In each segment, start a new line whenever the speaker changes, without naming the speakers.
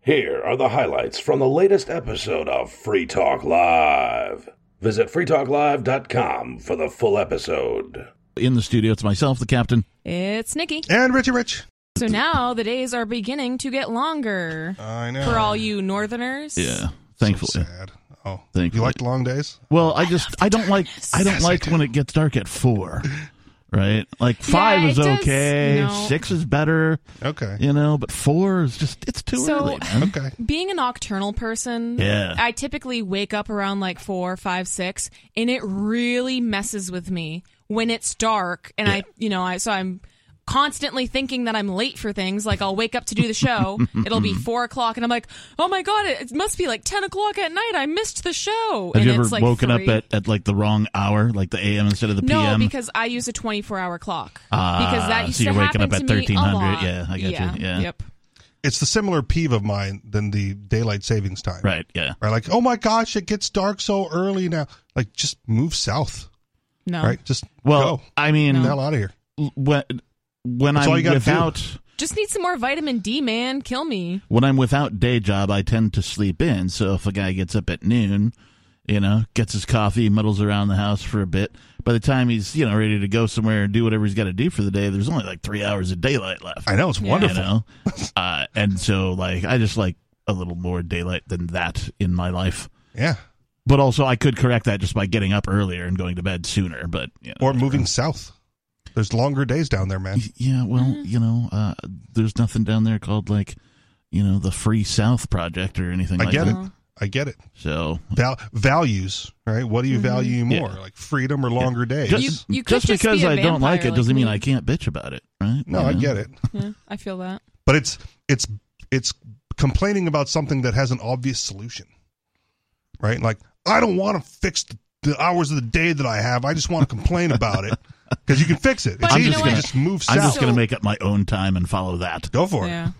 Here are the highlights from the latest episode of Free Talk Live. Visit freetalklive.com for the full episode.
in the studio. It's myself, the captain.
It's Nikki.
And Richie Rich.
So now the days are beginning to get longer
I know.
for all you northerners.
Yeah,
So
thankfully.
sad. Oh,
Thankfully.
you liked long days?
well, I just I don't like I don't like when it gets dark at four. Right, like five
it
is
does-
okay,
no.
six is better,
Okay.
you know, but four is just it's too
So-
early. man.
Okay.
Being a nocturnal person,
Yeah.
I typically wake up around like four, five, six, and it really messes with me when it's dark. And I, you know, I so I'm constantly thinking that I'm late for things. Like I'll wake up to do the show, it'll be four o'clock, and I'm like, oh my god, it, it must be like ten o'clock at night. I missed the show.
Have
and
you ever
it's like
woken
three.
up at, at like the wrong hour, like the a.m. instead of the
No,
p.m.?
because I use a 24 hour clock.
Ah,
because that used
so you're
to
waking
happen
up at
to me a
1300.
lot.
Yeah, I got you. Yeah.
Yep.
It's the similar peeve of mine than the daylight savings time.
right? Yeah,
Right. Like, oh my gosh, it gets dark so early now. Like, just move south.
No.
Right. Just
well, uh-huh.
go.
I mean,
Get the hell out of here.
l- when when
That's all
I'm
you gotta do.
without
Just need some more vitamin D, man. Kill me.
when I'm without day job, I tend to sleep in. So if a guy gets up at noon, you know, gets his coffee, muddles around the house for a bit. By the time he's you know ready to go somewhere and do whatever he's got to do for the day, there's only like three hours of daylight left.
I know it's
Yeah.
you
wonderful.
know, uh, and so like I just like a little more daylight than that in my life.
Yeah.
But also, I could correct that just by getting up earlier and going to bed sooner. But you know,
Or moving south. There's longer days down there, man.
yeah, well, you know, uh, there's nothing down there called like you know the Free South Project or anything.
I
like
get
that.
it. I get it.
So
Val- values, right? What do you value more?
Yeah.
Like freedom or longer days?
just,
Mm-hmm. You- you could
just
just
because
be a
I don't like
vampire
it doesn't
like
mean
me.
I can't bitch about it, right?
no,
You
I
know?
get it.
Yeah, I feel that.
But it's it's it's complaining about something that has an obvious solution, right? Like I don't want to fix the, the hours of the day that I have. I just want to complain about it because you can fix it. It's
But
I'm
you
easy.
just
know
gonna
what?
just move
I'm
south.
just gonna
So-
make up my own time and follow that.
Go for
Yeah.
it.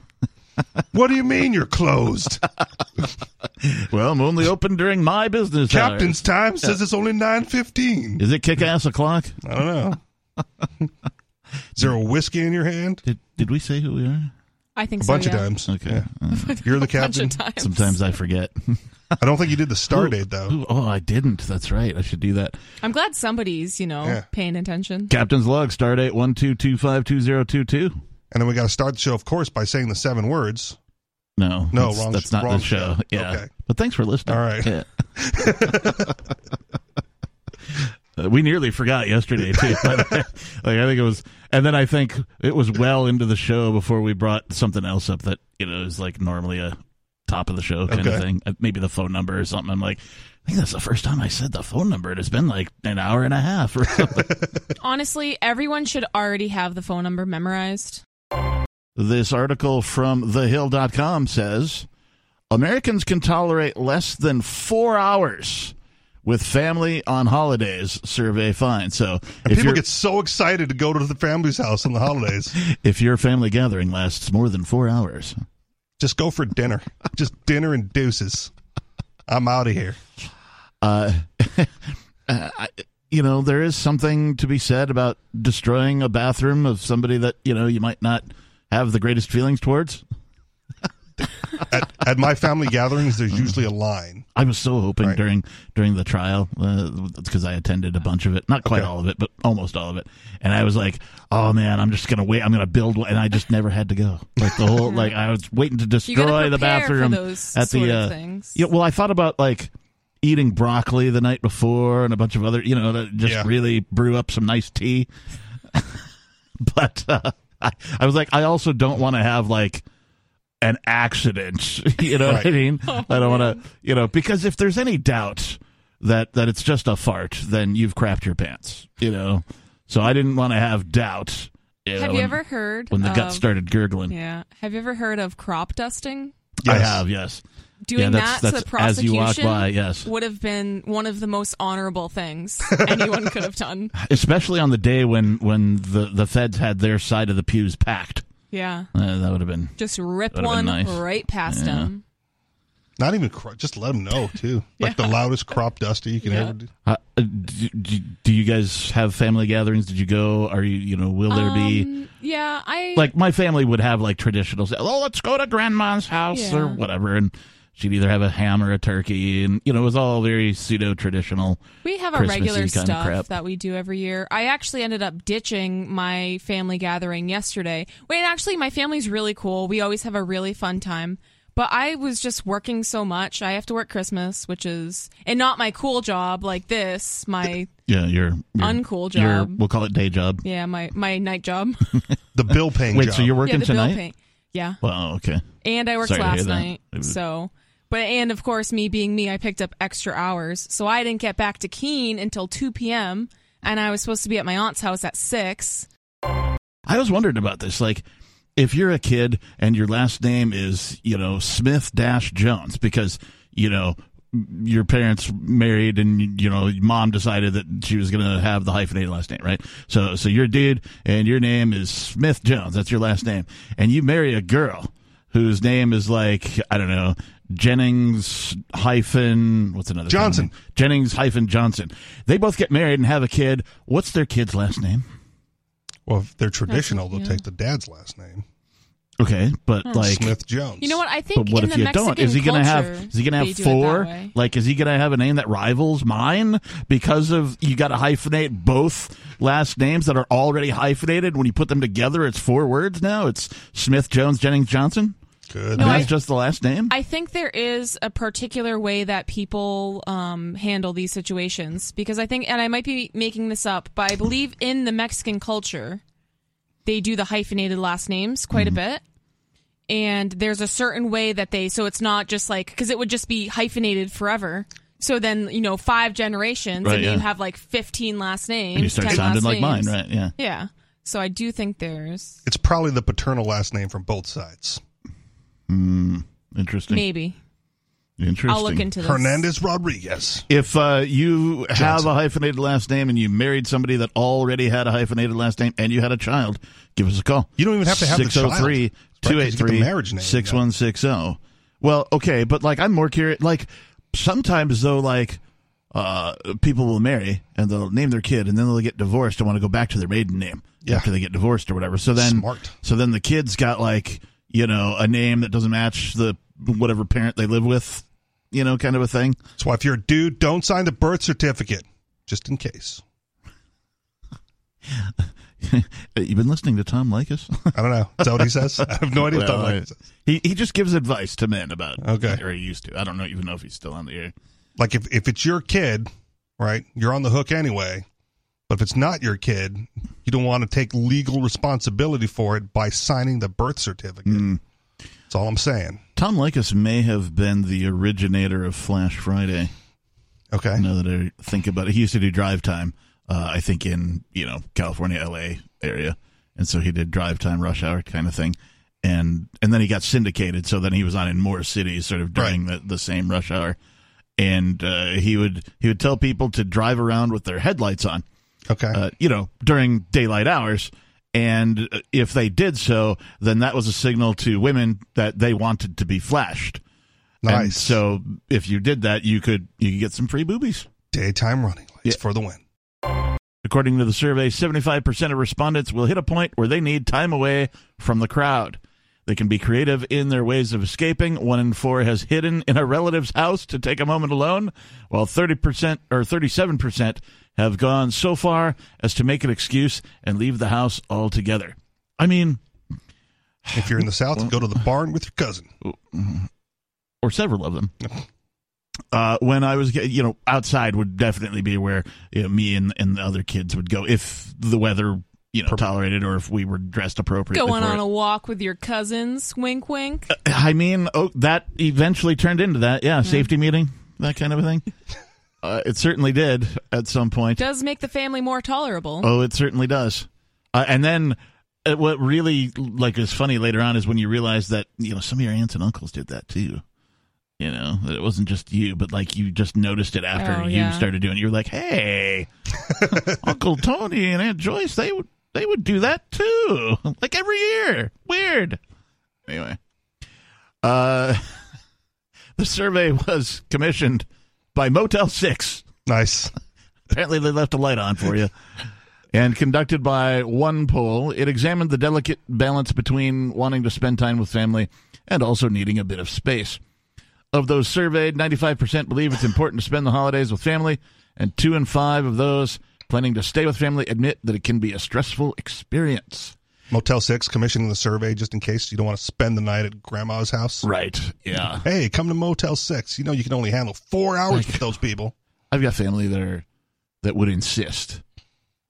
What do you mean you're closed?
Well, I'm only open during my business
Captain's
hours.
time says it's only nine fifteen.
Is it kick ass o'clock?
I don't know. Is there a whiskey in your hand?
Did did we say who we are?
I think
A
so.
bunch
yeah.
of times.
Okay.
Yeah.
Uh,
You're the
A bunch
captain.
of times.
sometimes I forget.
I don't think you did the star date though.
Ooh, oh, I didn't. That's right. I should do that.
I'm glad somebody's, you know,
Yeah.
paying attention.
Captain's log. Start date one two two five two zero two two.
And then we got to start the show, of course, by saying the seven words.
No,
No,
that's,
wrong-
that's not
wrong
the show.
show.
Yeah,
Okay.
but thanks for listening.
All right.
Yeah. Uh, we nearly forgot yesterday too. by the way. like I think it was, and then I think it was well into the show before we brought something else up that you know is like normally a top of the show kind of
Okay.
thing. Uh, Maybe the phone number or something. I'm like, I think that's the first time I said the phone number, and it's been like an hour and a half or something.
Honestly, everyone should already have the phone number memorized.
This article from thehill.com says Americans can tolerate less than four hours with family on holidays, survey finds. So
And
if,
people
your
get so excited to go to the family's house on the holidays.
if your family gathering lasts more than four hours,
Just go for dinner. Just dinner and deuces. I'm out of here.
uh, I, you know, there is something to be said about destroying a bathroom of somebody that, you know, you might not have the greatest feelings towards.
At, at my family gatherings, there's usually a line.
I was so hoping
Right.
during during the trial uh, because I attended a bunch of it, not quite
Okay.
all of it, but almost all of it. And I was like, "Oh man, I'm just gonna wait. I'm gonna build." one. And I just never had to go. Like the whole like I was waiting to destroy
prepare
the
for
bathroom
those
at
sort
the
of
uh,
things.
Yeah, well, I thought about like eating broccoli the night before and a bunch of other, you know, that just
Yeah.
really brew up some nice tea. but uh, I, I was like, I also don't want to have like an accident. You know what I
Right.
mean?
Oh,
I don't want to, you know, because if there's any doubt that that it's just a fart, then you've crapped your pants. You know, so I didn't want to have doubt. know,
have you
when-
ever heard
when the
of,
gut started gurgling?
Yeah. Have you ever heard of crop dusting?
I
Yes.
have, yes.
Doing
yeah, that's,
that
that's
to the prosecution
as you walk by, yes.
would have been one of the most honorable things anyone could have done.
especially on the day when when the the feds had their side of the pews packed.
Yeah.
Uh, that would have been
Just rip
Would've been
one
nice.
right past
Yeah.
him.
Not even cro- just let them know too. Like the loudest crop duster you can
Yeah.
ever do.
Uh, uh, do, do, do you guys have family gatherings? Did you go? Are you, you know, will there be
Um, yeah, I
like my family would have like traditional? Oh, let's go to grandma's house or
Yeah.
whatever, and she'd either have a ham or a turkey, and you know, it was all very pseudo traditional.
We have our
Christmassy
regular
kind of crap.
stuff that we do every year. I actually ended up ditching my family gathering yesterday. Wait, actually, my family's really cool. We always have a really fun time. But I was just working so much. I have to work Christmas, which is, and not my cool job like this, my,
Yeah, your, your
Uncool
Your,
job.
we'll call it day job.
yeah, my, my night job.
The bill paying
Wait,
job.
so you're
yeah,
working
the bill
tonight?
pay. Yeah.
Well, okay.
And I worked
Sorry to hear
last
that.
night.
It was-
So, but, and of course, me being me, I picked up extra hours. So I didn't get back to Keene until 2 p.m. And I was supposed to be at my aunt's house at 6.
I was wondering about this. Like, if you're a kid and your last name is, you know, Smith Dash Jones, because, you know, m- your parents married and, you know, mom decided that she was going to have the hyphenated last name, right? So, so you're a dude and your name is Smith Jones. That's your last name. And you marry a girl whose name is like, I don't know, Jennings hyphen, what's another
Johnson.
name? Jennings hyphen Johnson. They both get married and have a kid. What's their kid's last name?
well, if they're traditional, they'll
yeah.
take the dad's last name,
Okay, but like
Smith Jones.
You know what? I think
But what
in
if
the
you
Mexican
don't? Is he
going
gonna
to
have? Is he gonna have four? Like, is he gonna have a name that rivals mine because of you got to hyphenate both last names that are already hyphenated? When you put them together, it's four words now. It's Smith Jones Jennings Johnson.
Good.
And
No, I-
that's just the last name.
I think there is a particular way that people um, handle these situations because I think, and I might be making this up, but I believe in the Mexican culture, they do the hyphenated last names quite
Mm-hmm.
a bit. And there's a certain way that they, so it's not just like, because it would just be hyphenated forever. So then, you know, five generations,
Right,
and then
yeah.
you have like 15 last names.
and you start
10
sounding
last
like mine,
names.
right? Yeah.
Yeah. So I do think there's
It's probably the paternal last name from both sides.
Interesting.
maybe.
Interesting.
I'll look into this.
Hernandez Rodriguez.
If uh, you have
Johnson.
a hyphenated last name and you married somebody that already had a hyphenated last name and you had a child, give us a call.
You don't even have to have the child, right?
603
Because you get the marriage
283
name,
6160. oh. Well, okay, but like I'm more curious. Like sometimes though, like uh, people will marry and they'll name their kid and then they'll get divorced and want to go back to their maiden name
Yeah.
after they get divorced or whatever. So then,
Smart.
so then the kid's got like you know a name that doesn't match the whatever parent they live with, you know, kind of a thing.
That's why if you're a dude, don't sign the birth certificate, just in case.
You've been listening to Tom Likas?
I don't know. Is that what he says? I have no idea. what
Well,
that
I-
says.
he he just gives advice to men about
Okay.
or he used to. I don't know even know if he's still on the air.
like if, if it's your kid, right, you're on the hook anyway. But if it's not your kid, you don't want to take legal responsibility for it by signing the birth certificate.
Hmm.
That's all I'm saying.
Tom Likas may have been the originator of Flash Friday.
Okay.
Now that I think about it, he used to do drive time. Uh, I think in you know California, L.A. area, and so he did drive time, rush hour kind of thing, and and then he got syndicated. So then he was on in more cities, sort of during the, the same rush hour, and uh, he would he would tell people to drive around with their headlights on.
Okay.
uh, you know, during daylight hours. And uh, if they did so, then that was a signal to women that they wanted to be flashed. And
nice.
so if you did that, you could you could get some free boobies.
Daytime running lights
Yeah.
for the win.
According to the survey, 75% of respondents will hit a point where they need time away from the crowd. They can be creative in their ways of escaping. One in four has hidden in a relative's house to take a moment alone, while 30% or 37% have gone so far as to make an excuse and leave the house altogether. I mean,
If you're in the South, go to the barn with your cousin.
or several of them. Uh, when I was, you know, outside would definitely be where you know, me and, and the other kids would go if the weather, you know, tolerated or if we were dressed appropriately.
Going
for
on
it.
a walk with your cousins, wink, wink.
I mean, oh, that eventually turned into that. Yeah, safety meeting, that kind of a thing. uh, it certainly did at some point.
Does make the family more tolerable.
Oh, it certainly does. Uh, and then uh, what really like is funny later on is when you realize that you know some of your aunts and uncles did that too. You know that it wasn't just you, but like you just noticed it after
Oh,
you
yeah.
started doing. it. You're like, hey, Uncle Tony and Aunt Joyce, they would they would do that too, like every year. Weird. Anyway, uh, The survey was commissioned by Motel 6.
Nice.
Apparently, they left a light on for you. And conducted by one poll, it examined the delicate balance between wanting to spend time with family and also needing a bit of space. Of those surveyed, 95% believe it's important to spend the holidays with family, and two in five of those planning to stay with family admit that it can be a stressful experience.
Motel 6 commissioning the survey just in case you don't want to spend the night at grandma's house.
Right. Yeah.
Hey, come to Motel 6. You know you can only handle four hours with those people.
I've got family that are that would insist.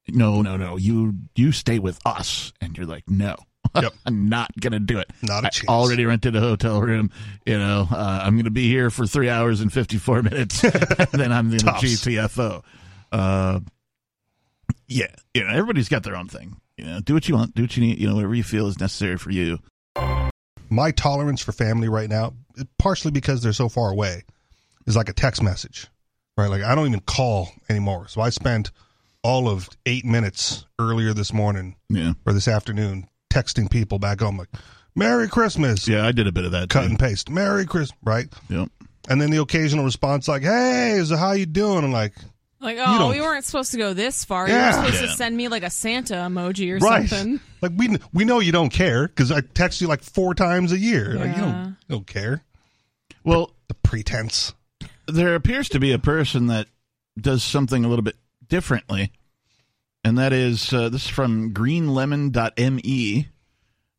No, no, no. You you stay with us, and you're like, no,
Yep.
I'm not gonna do it.
Not a
I
chance.
already rented a hotel room. You know, uh, I'm gonna be here for three hours and fifty four minutes, and then I'm the
Tops.
GTFO. Uh, yeah, you know, everybody's got their own thing. You know, do what you want, do what you need. You know, whatever you feel is necessary for you.
My tolerance for family right now, partially because they're so far away, is like a text message, right? Like I don't even call anymore. So I spent all of eight minutes earlier this morning
Yeah,
or this afternoon texting people back home, like, Merry Christmas.
yeah. I did a bit of that.
Cut and paste. Merry Christmas, right?
Too. Yep.
And then the occasional response, like, Hey, is how you doing? I'm like,
Like,
You
oh,
don't-
we weren't supposed to go this far.
Yeah.
You were supposed
Yeah.
to send me like a Santa emoji or
right.
something.
Like we kn- we know you don't care because I text you like four times a year. Like you
Yeah.
don't you don't care.
Well,
The pretense.
there appears to be a person that does something a little bit differently, and that is uh, this is from greenlemon.me.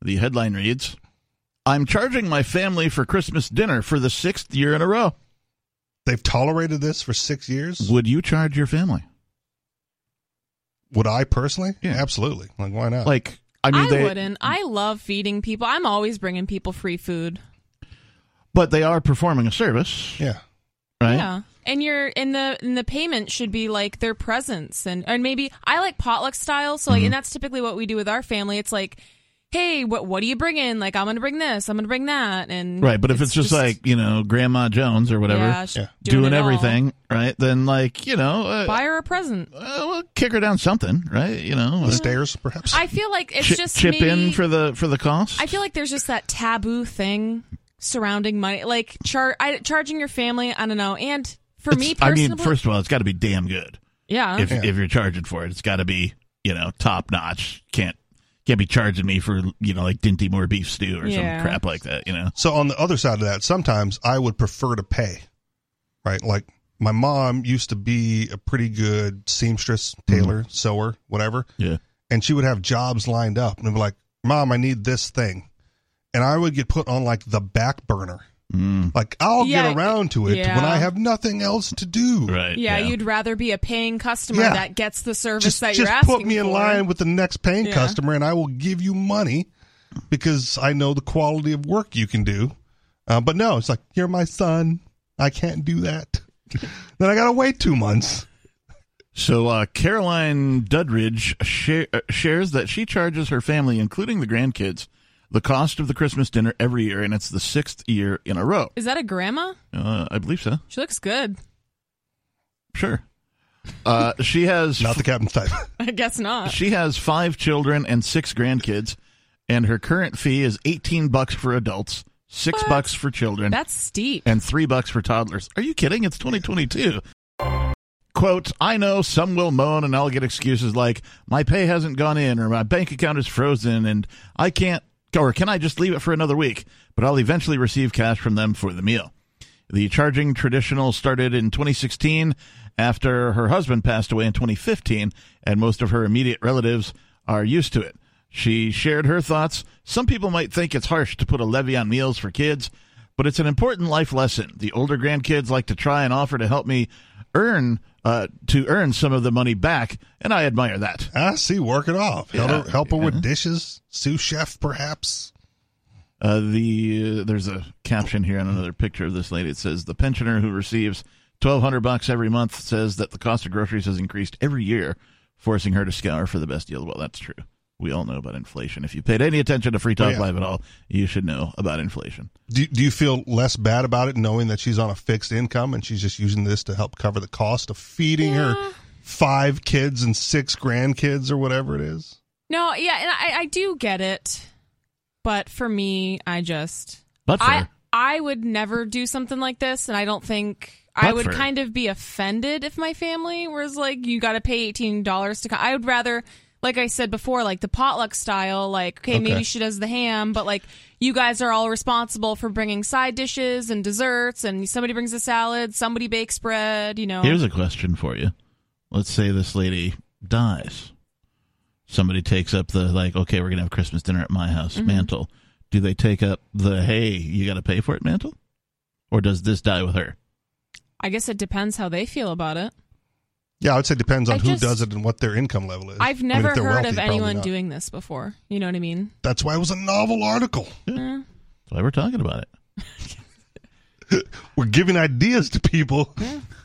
The headline reads I'm charging my family for Christmas dinner for the sixth year in a row.
They've tolerated this for six years.
Would you charge your family?
Would I personally?
Yeah.
absolutely. Like why not?
Like, I mean,
I
they,
wouldn't. I love feeding people. I'm always bringing people free food.
but they are performing a service,
yeah,
right?
Yeah. And your and the and the payment should be like their presence and and maybe I like potluck style, so like
Mm-hmm.
and that's typically what we do with our family. It's like, hey, what what do you bring in? Like I'm gonna bring this, I'm gonna bring that, and
Right. But if it's, just, like, you know, Grandma Jones or whatever
yeah, she's
Yeah.
doing,
it all.
everything, right? Then, like, you know, uh,
buy her a present.
uh, we'll kick her down something, right? You know,
the
uh,
stairs perhaps.
I feel like it's
chi-
just
chip in
maybe-
for the for the cost.
I feel like there's just that taboo thing surrounding money, like char- I, charging your family. I don't know. And for me
It's- I
personally,
mean, first of all, it's got to be damn good
yeah,
if
Yeah.
if you're charging for it. It's got to be you know top notch. Can't can't be charging me for you know like dinty more beef stew or
Yeah.
some crap like that. You know,
so on the other side of that, sometimes I would prefer to pay. Right, like my mom used to be a pretty good seamstress, tailor, sewer, whatever.
Mm-hmm. yeah,
and she would have jobs lined up and be like, Mom, I need this thing. And I would get put on like the back burner.
Mm.
Like, I'll
Yeah,
get around to it
yeah.
when I have nothing else to do.
right,
yeah, you'd rather be a paying customer
Yeah.
that gets the service
Just,
that
just
you're asking
put me in
for.
line with the next paying
Yeah.
customer and I will give you money because I know the quality of work you can do. Uh, but no, it's like, You're my son. I can't do that. then I got to wait two months.
So uh, Caroline Dudridge share, uh, shares that she charges her family, including the grandkids, the cost of the Christmas dinner every year, and it's the sixth year in a row.
Is that a grandma?
Uh, I believe so.
She looks good.
Sure. Uh, she has
Not the captain's type.
I guess not.
She has five children and six grandkids, and her current fee is eighteen bucks for adults, six
What?
bucks for children,
That's steep.
and three bucks for toddlers. Are you kidding? It's twenty twenty two. Quote, I know some will moan and I'll get excuses like my pay hasn't gone in or my bank account is frozen and I can't or can I just leave it for another week? But I'll eventually receive cash from them for the meal. The charging traditional started in 2016 after her husband passed away in 2015, and most of her immediate relatives are used to it. She shared her thoughts. Some people might think it's harsh to put a levy on meals for kids, but it's an important life lesson. The older grandkids like to try and offer to help me earn uh, to earn some of the money back, and I admire that.
I Ah, see, work it off. help her,
Yeah,
help her
yeah.
with dishes, sous chef, perhaps.
Uh, the uh, there's a caption here on another picture of this lady. It says the pensioner who receives twelve hundred bucks every month says that the cost of groceries has increased every year, forcing her to scour for the best deal. Well, that's true. We all know about inflation. If you paid any attention to Free Talk
yeah.
Live at all, you should know about inflation.
Do, do you feel less bad about it knowing that she's on a fixed income and she's just using this to help cover the cost of feeding her five kids and six grandkids or whatever it is?
No, yeah, and I, I do get it, but for me, I just
But for
I I would never do something like this, and I don't think I
But
would
for-
kind of be offended if my family was like, "You got to pay eighteen dollars to come." I would rather, like I said before, like the potluck style, like okay,
Okay.
maybe she does the ham, but like you guys are all responsible for bringing side dishes and desserts, and somebody brings a salad, somebody bakes bread, you know.
Here's a question for you. Let's say this lady dies. Somebody takes up the like, okay, we're gonna have Christmas dinner at my house mantle. Do they take up the hey, you gotta pay for it mantle? Or does this die with her?
I guess it depends how they feel about it.
Yeah, I would say it depends on
I
who
just-
does it and what their income level is. I
I've
mean, if
never
they're
heard
wealthy,
of
probably
anyone
not.
doing this before. You know what I mean?
That's why it was a novel article.
Eh.
That's why we're talking about it.
We're giving ideas to people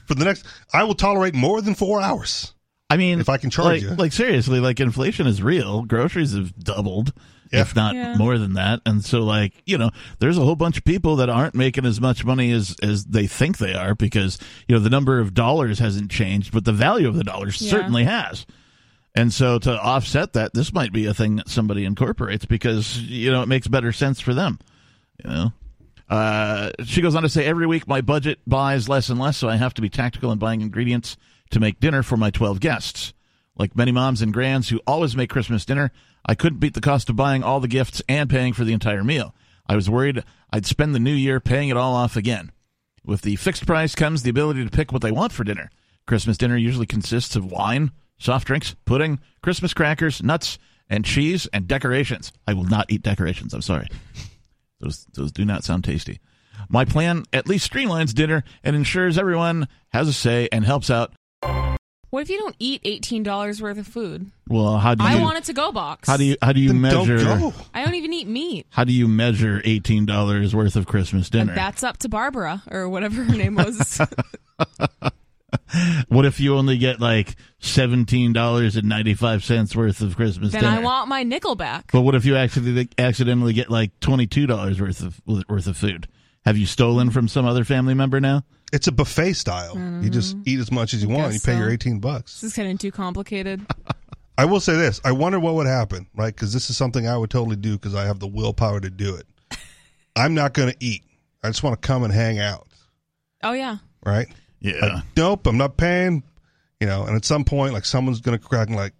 for the next. I will tolerate more than four hours.
I mean,
If I can
like,
charge you.
like seriously, like inflation is real. Groceries have doubled,
Yeah.
if not
Yeah.
more than that. And so, like you know, there's a whole bunch of people that aren't making as much money as as they think they are because you know the number of dollars hasn't changed, but the value of the dollars
Yeah.
certainly has. And so, to offset that, this might be a thing that somebody incorporates because you know it makes better sense for them. You know, uh, she goes on to say, every week my budget buys less and less, so I have to be tactical in buying ingredients to make dinner for my 12 guests. Like many moms and grands who always make Christmas dinner, I couldn't beat the cost of buying all the gifts and paying for the entire meal. I was worried I'd spend the new year paying it all off again. With the fixed price comes the ability to pick what they want for dinner. Christmas dinner usually consists of wine, soft drinks, pudding, Christmas crackers, nuts, and cheese, and decorations. I will not eat decorations, I'm sorry. Those those do not sound tasty. My plan at least streamlines dinner and ensures everyone has a say and helps out.
What if you don't eat eighteen dollars worth of food?
Well, how do you
I want a to-go box.
how do you how do you
Then
measure
don't go.
I don't even eat meat.
how do you measure eighteen dollars worth of Christmas
And
dinner?
that's up to Barbara or whatever her name was.
what if you only get like seventeen dollars and ninety five cents worth of Christmas
then
dinner?
I want my nickel back.
but what if you actually accidentally get like twenty two dollars worth of worth of food? Have you stolen from some other family member now?
It's a buffet style. You just eat as much as you want. You
Mm-hmm. guess
pay
so.
your eighteen bucks.
This is getting too complicated.
I will say this. I wonder what would happen, right? Because this is something I would totally do because I have the willpower to do it. I'm not going to eat. I just want to come and hang out,
Oh yeah.
right?
Yeah.
Nope, I'm not paying. You know, and at some point, like someone's going to crack and like,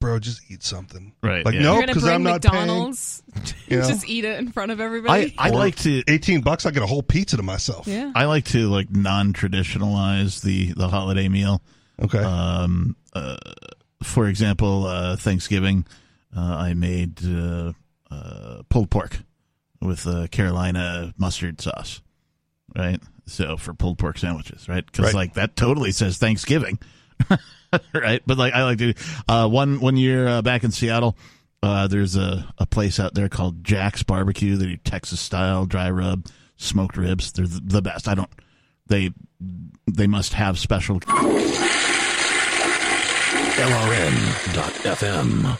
bro, just eat something.
Right,
Like,
yeah.
no,
You're gonna
nope, because
bring
I'm not
McDonald's.
You know?
Just eat it in front of
I
everybody.
I'd
Or-
like to
paying. 18 bucks, I get a whole pizza to myself.
yeah.
I like to like non-traditionalize the the holiday meal.
Okay.
Um, uh, for example, uh, Thanksgiving, uh, I made uh, uh, pulled pork with uh, Carolina mustard sauce, right? So for pulled pork sandwiches, right? Because
Right.
like that totally says Thanksgiving, right? But like I like to uh, one one year uh, back in Seattle. Uh, there's a, a place out there called Jack's Barbecue. They do Texas style dry rub, smoked ribs. They're the, the best. I don't. They they must have special
LRN.FM.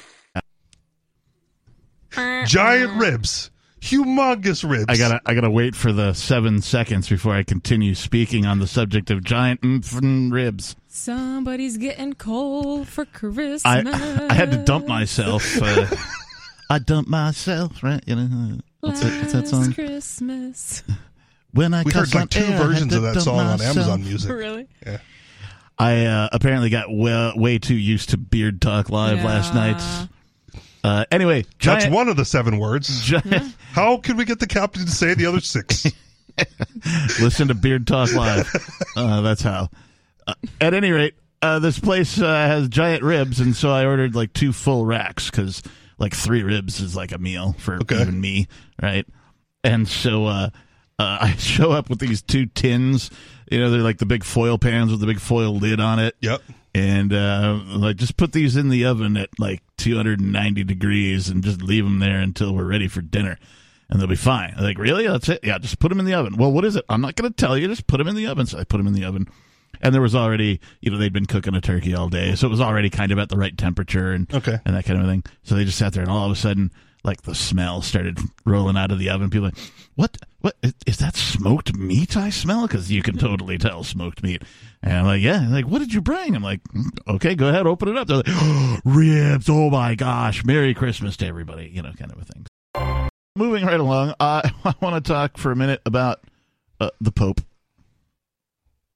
Giant ribs, humongous ribs.
I gotta, I gotta wait for the seven seconds before I continue speaking on the subject of giant mm ribs.
Somebody's getting cold for Christmas.
I, I had to dump myself. Uh, I dumped myself, right? You know, what's that, what's that
Last
song?
Christmas.
When I
We heard
cuss on
like two
air, I had
versions
to
of that
dump
song on
myself.
Amazon Music.
really?
I uh, apparently got well, way too used to Beard Talk Live last
Yeah.
night. Uh, anyway, giant,
That's one of the seven words.
giant-
How can we get the captain to say the other six?
listen to Beard Talk Live. Uh, that's how. Uh, at any rate, uh, this place uh, has giant ribs, and so I ordered like two full racks because like three ribs is like a meal for
Okay.
even me, right? And so uh, uh, I show up with these two tins. You know, they're like the big foil pans with the big foil lid on it
yep.
and uh, like just put these in the oven at like 290 degrees and just leave them there until we're ready for dinner and they'll be fine I'm like really that's it yeah just put them in the oven well what is it i'm not going to tell you just put them in the oven so i put them in the oven and there was already you know they'd been cooking a turkey all day so it was already kind of at the right temperature and
Okay.
and that kind of thing so they just sat there and all of a sudden like the smell started rolling out of the oven people were like what what is, is that smoked meat i smell because you can totally tell smoked meat and i'm like yeah And like what did you bring i'm like "Mm, okay go ahead open it up they're Oh like ribs oh my gosh merry christmas to everybody you know kind of a thing moving right along, uh, I want to talk for a minute about uh, the Pope.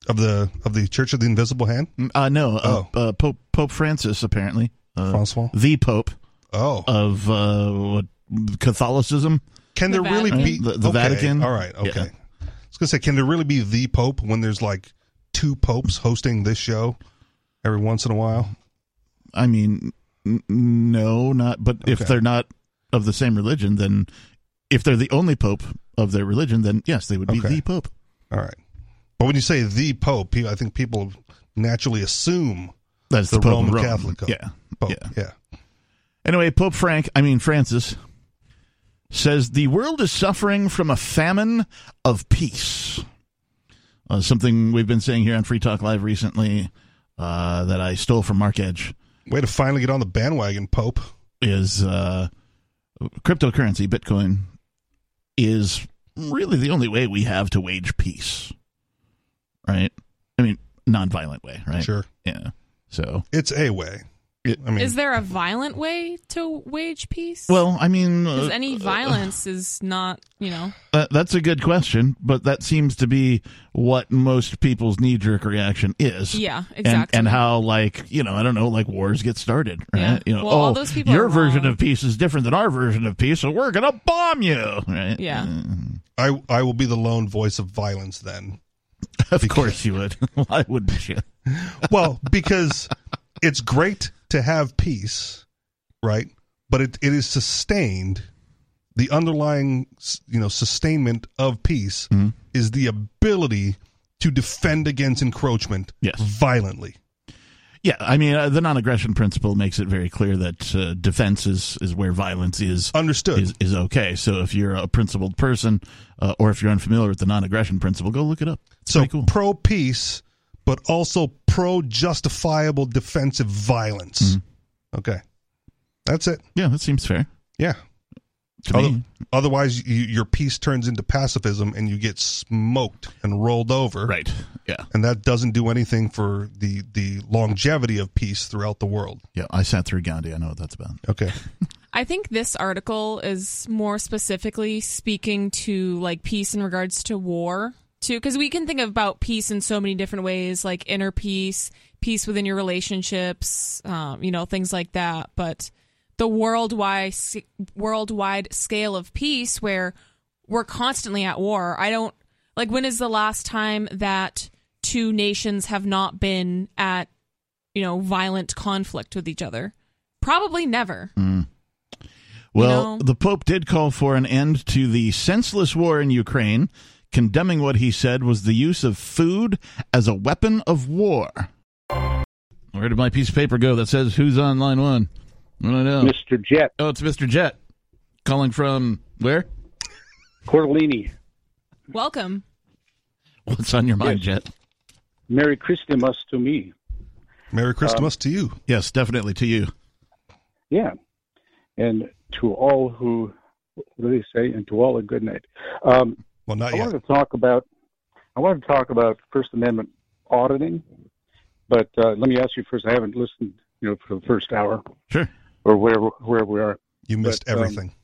of the of the Church of the Invisible Hand,
Uh, no, uh, uh, Pope Pope Francis apparently, uh,
Francois.
the Pope
Oh,
of uh, what, Catholicism.
can
The
there really be
Vatican. The- the
okay,
Vatican?
All right, okay.
Yeah.
I was gonna say, can there really be the Pope when there's like two popes hosting this show every once in a while?
I mean, n- no, not. But if
Okay.
they're not of the same religion, then if they're the only pope of their religion, then yes, they would be
Okay.
the pope.
All right, but when you say the Pope, pe- I think people naturally assume
That's
the,
the, pope of
Roman
Rome.
Catholic Pope.
Yeah,
Pope.
yeah.
yeah.
Anyway, Pope Frank, I mean Francis, says the world is suffering from a famine of peace. Uh, something we've been saying here on Free Talk Live recently uh, that I stole from Mark Edge
Way to finally get on the bandwagon, Pope.
is uh, cryptocurrency, Bitcoin, is really the only way we have to wage peace, right? I mean, nonviolent way, right?
Sure,
Yeah. So,
it's a way.
It-
I mean,
Is there a violent way to wage peace?
well, I mean,
because
uh,
any violence is not, you know.
That, that's a good question, but that seems to be what most people's knee jerk reaction is.
Yeah,
And-
exactly.
And, how, like, you know, I don't know, like wars get started, right?
Yeah.
You know,
Well, all
oh,
those people
your
are
version
wrong.
of peace is different than our version of peace, so we're going to bomb you, right?
Yeah.
Mm.
I I will be the lone voice of violence then.
of course you would. Why wouldn't you?
Well, because it's great to have peace, right? But it, it is sustained. The underlying, s- you know, sustainment of peace
Mm-hmm.
is the ability to defend against encroachment
Yes.
violently.
Yeah, I mean, uh, the non aggression principle makes it very clear that uh, defense is, is where violence is
Understood.
is, is okay. So if you're a principled person, uh, or if you're unfamiliar with the non-aggression principle, go look it up. It's
so
pretty cool.
pro peace, but also pro justifiable defensive violence.
Mm-hmm.
Okay, that's it.
Yeah, that seems fair
Yeah.
to
Other-
me.
otherwise, you, your piece turns into pacifism, and you get smoked and rolled over.
Right. Yeah.
and that doesn't do anything for the the longevity of peace throughout the world.
Yeah. I sat through Gandhi. I know what that's about.
Okay,
I think this article is more specifically speaking to like peace in regards to war too because we can think about peace in so many different ways like inner peace, peace within your relationships, um, you know, things like that, but the worldwide worldwide scale of peace where we're constantly at war. I don't like when is the last time that two nations have not been at you know violent conflict with each other? Probably never.
Well,
know?
the Pope did call for an end to the senseless war in Ukraine, condemning what he said was the use of food as a weapon of war. Where did my piece of paper go that says who's on line one? I don't know.
Mr. Jet
Oh, it's Mr. Jet calling from where?
Cortellini.
Welcome.
What's on your mind, Jet?
Merry Christmas to me. Uh,
Merry Christmas to you.
Yes, definitely to you.
Yeah. And to all who, what do they say? And to all a good night. Um,
Well, not
I
yet.
wanted to talk about, I wanted to talk about First Amendment auditing, but uh, let me ask you first. I haven't listened, you know, for the first hour
Sure.
or wherever where we are.
You missed
but, um,
everything.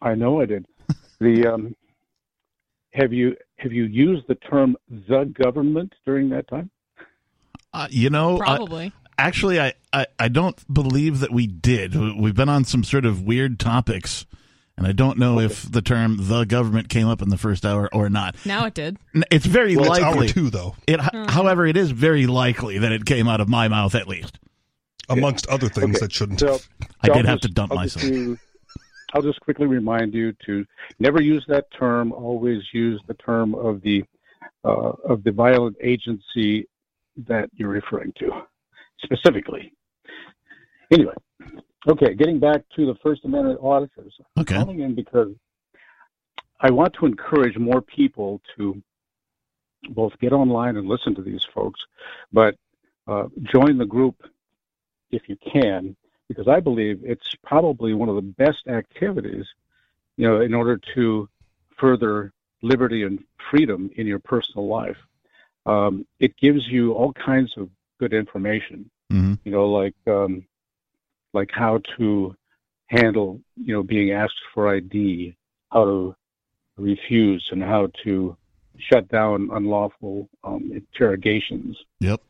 I know I did. The um, have you have you used the term the government during that time?
Uh, you
Oh,
know, I-
Probably.
actually I, I i don't believe that we did We- we've been on some sort of weird topics and i don't know if the term the government came up in the first hour or not
now it did.
N- it's very
Well, it's
likely
hour two though,
it however it is very likely that it came out of my mouth at least
amongst other things
Okay,
that shouldn't.
So,
have.
I
so
did
I'll
have to dump
I'll
myself.
do- I'll just quickly remind you to never use that term. Always use the term of the uh, of the violent agency that you're referring to specifically. Anyway, okay. Getting back to the First Amendment auditors,
okay
calling in because I want to encourage more people to both get online and listen to these folks, but uh, join the group if you can, because I believe it's probably one of the best activities, you know, in order to further liberty and freedom in your personal life. Um, it gives you all kinds of good information
hmm
you know, like um, like how to handle, you know, being asked for ID, how to refuse and how to shut down unlawful um, interrogations.
Yep.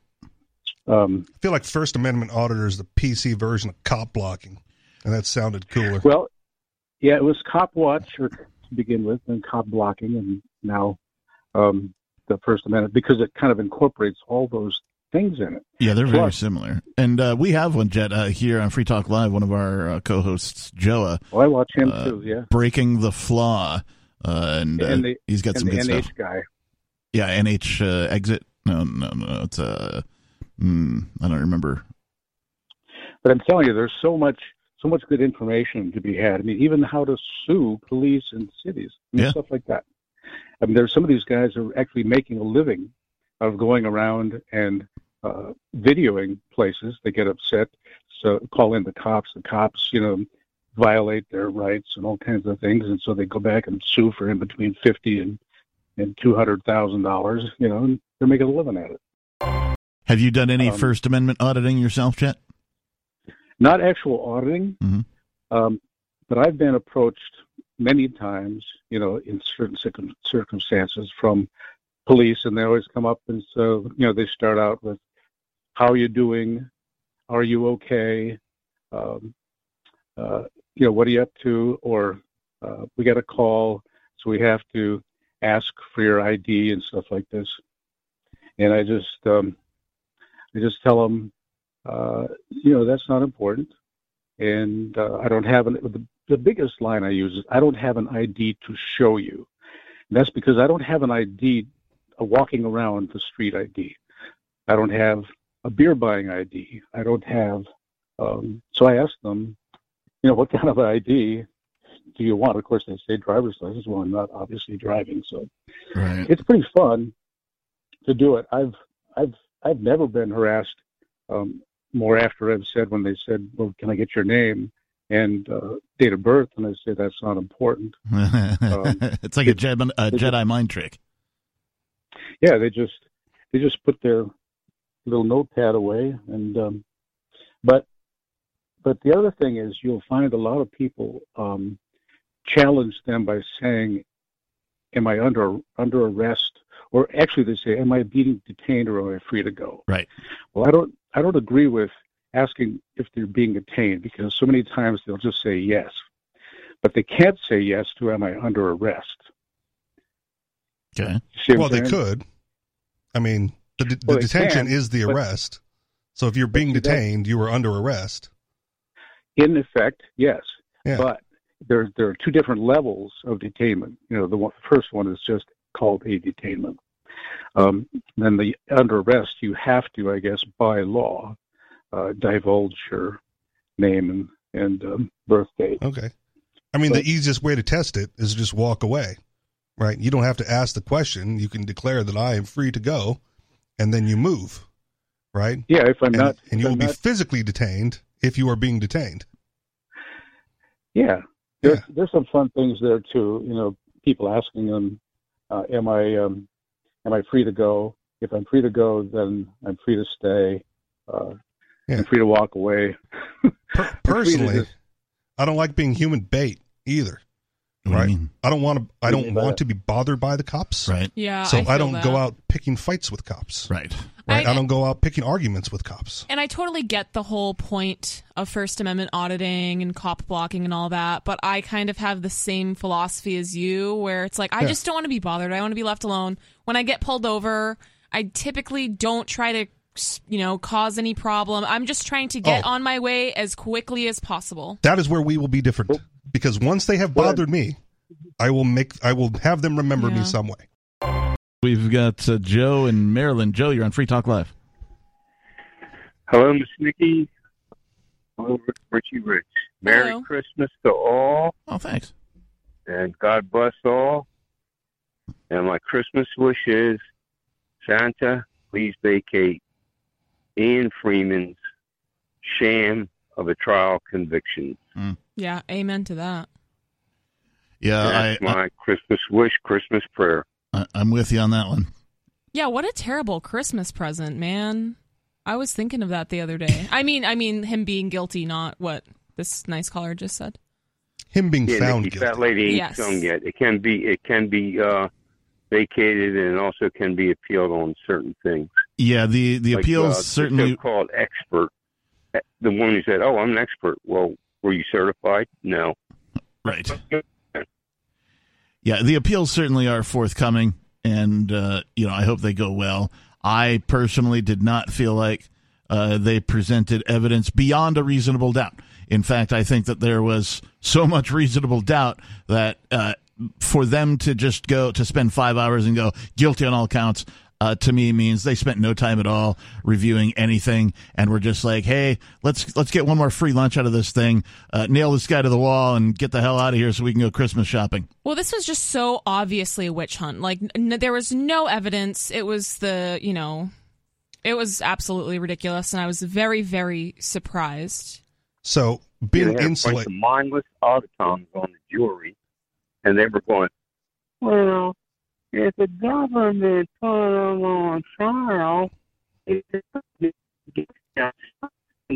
Um,
I feel like First Amendment auditor is the PC version of cop blocking, and that sounded cooler.
well, yeah, it was cop watch or to begin with, and cop blocking, and now um, the First Amendment because it kind of incorporates all those things in it.
Yeah, they're very
Plus-
similar. And uh, we have one, Jet, uh, here on Free Talk Live. One of our uh, co hosts, Joa,
Well, I watch him
Uh,
too. Yeah,
breaking the flaw. Uh, and uh,
And the-
he's got
and
some
the
good
NH
stuff.
guy.
Yeah, NH uh, exit. No, no, no. It's uh, mm, I don't remember.
But I'm telling you, there's so much, so much good information to be had. I mean, even how to sue police in cities, I mean,
Yeah.
stuff like that. I mean, there's some of these guys are actually making a living of going around and uh, videoing places. They get upset, so call in the cops. The cops, you know, violate their rights and all kinds of things, and so they go back and sue for in between fifty and and two hundred thousand dollars. You know, and they're making a living at it.
Have you done any
Um,
First Amendment auditing yourself, Jet?
not actual auditing,
Mhm.
um, but I've been approached many times, you know, in certain circum- circumstances from police, and they always come up and so, you know, they start out with, "How are you doing? Are you okay? Um, uh, you know, what are you up to?" Or uh, we got a call, so we have to ask for your ID and stuff like this. And I just, um, I just tell them, uh, you know that's not important and uh, i don't have an the, the biggest line i use is i don't have an id to show you and that's because i don't have an id a walking around the street id i don't have a beer buying id i don't have um, so i ask them you know what kind of id do you want of course they say driver's license well i'm not obviously driving so
Right.
it's pretty fun to do it. I've I've I've never been harassed um, more after I've said when they said, "Well, can I get your name and uh, date of birth?" And I say that's not important.
it's like a Jedi, a Jedi mind trick.
Yeah, they just they just put their little notepad away, and um, but but the other thing is you'll find a lot of people um, challenge them by saying, "Am I under under arrest?" Or actually, they say, "Am I being detained, or am I free to go?"
Right.
Well, I don't I don't agree with asking if they're being detained because so many times they'll just say yes, but they can't say yes to am I under arrest?
Okay.
You see what
well,
I'm
they
saying?
could. I mean, the, de- the
Well, they
detention
can,
is the
but-
arrest. So if you're
but
being
you don't-
detained, you were under arrest.
In effect, yes,
Yeah.
but there there are two different levels of detainment. You know, the one, first one is just called a detainment. Um, then the under arrest, you have to, I guess, by law, uh, divulge your name and and um, birth date.
Okay. I mean,
But-
the easiest way to test it is to just walk away, right? You don't have to ask the question. You can declare that I am free to go, and then you move, right?
Yeah, if I'm
and,
not,
and you
if
will
I'm
be
not-
physically detained if you are being detained.
Yeah. There's,
Yeah.
there's some fun things there too. You know, people asking them, uh, "Am I um, am I free to go? If I'm free to go, then I'm free to stay. Uh,
Yeah.
I'm free to walk away."
Per-
free to
personally,
just-
I don't like being human bait either.
What do you
Right.
mean?
I don't want to. I
What do you
don't
mean by
want to
that?
be bothered by the cops.
Right.
Yeah.
So I,
Oh, feel
don't
that.
go out picking fights with cops.
Right.
Right.
I-
I don't go out picking arguments with cops.
And I totally get the whole point of First Amendment auditing and cop blocking and all that, but I kind of have the same philosophy as you, where it's like, I
Yeah.
just don't want to be bothered. I want to be left alone. When I get pulled over, I typically don't try to, you know, cause any problem. I'm just trying to get
Oh.
on my way as quickly as possible.
That is where we will be different because once they have
Well, then-
bothered me, I will make. I will have them remember
Yeah.
me some way.
We've got uh, Joe in Maryland. Joe, you're on Free Talk Live.
Hello, Miss Nikki. Hello, Ri- Richie Rich. Merry
Hello.
Christmas to all,
Oh, thanks.
and God bless all. And my Christmas wish is Santa, please vacate Ian Freeman's sham of a trial conviction.
Yeah. Amen to that.
Yeah,
That's
Uh, I,
my Christmas wish, Christmas prayer.
I, I'm with you on that one.
Yeah. What a terrible Christmas present, man. I was thinking of that the other day. I mean, I mean, him being guilty, not what this nice caller just said.
Him being
Yeah,
found
Nikki,
guilty.
fat lady ain't
Yes.
found yet. It can be it can be uh, vacated and also can be appealed on certain things.
Yeah, the the
Like,
appeals
uh, the
certainly.
so-called expert. The one who said, "Oh, I'm an expert." Well, were you certified? No.
Right. Yeah, the appeals certainly are forthcoming, and uh, you know I hope they go well. I personally did not feel like uh, they presented evidence beyond a reasonable doubt. In fact, I think that there was so much reasonable doubt that uh, for them to just go to spend five hours and go guilty on all counts. Uh, to me means they spent no time at all reviewing anything and were just like hey let's let's get one more free lunch out of this thing uh, nail this guy to the wall and get the hell out of here so we can go christmas shopping
Well, this was just so obviously a witch hunt. Like n- there was no evidence. It was the, you know, it was absolutely ridiculous and I was very very surprised.
So
You
being
had a bunch of
insulated.
mindless autotoms on the jury, and they were going, "Well, if the government put them on trial, it's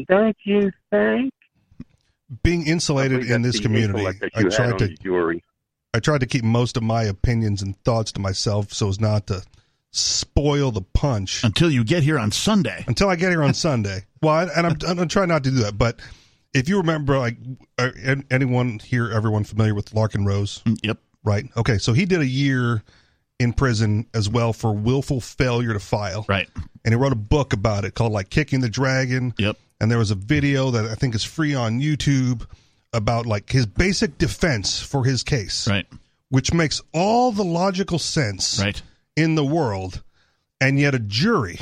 don't you think?"
Being insulated in this community,
That
I
you had
tried
on
to
the jury.
I tried to keep most of my opinions and thoughts to myself so as not to spoil the punch
until you get here on Sunday.
until I get here on Sunday. Well, I- and I'm, I'm, trying not to do that. But if you remember, like uh, an- anyone here, everyone familiar with Larkin Rose,
Mm, Yep.
right? Okay, so he did a year in prison as well for willful failure to file,
Right.
and he wrote a book about it called like Kicking the Dragon.
Yep.
And there was a video that I think is free on YouTube about like his basic defense for his case
Right.
which makes all the logical sense
Right.
in the world, and yet a jury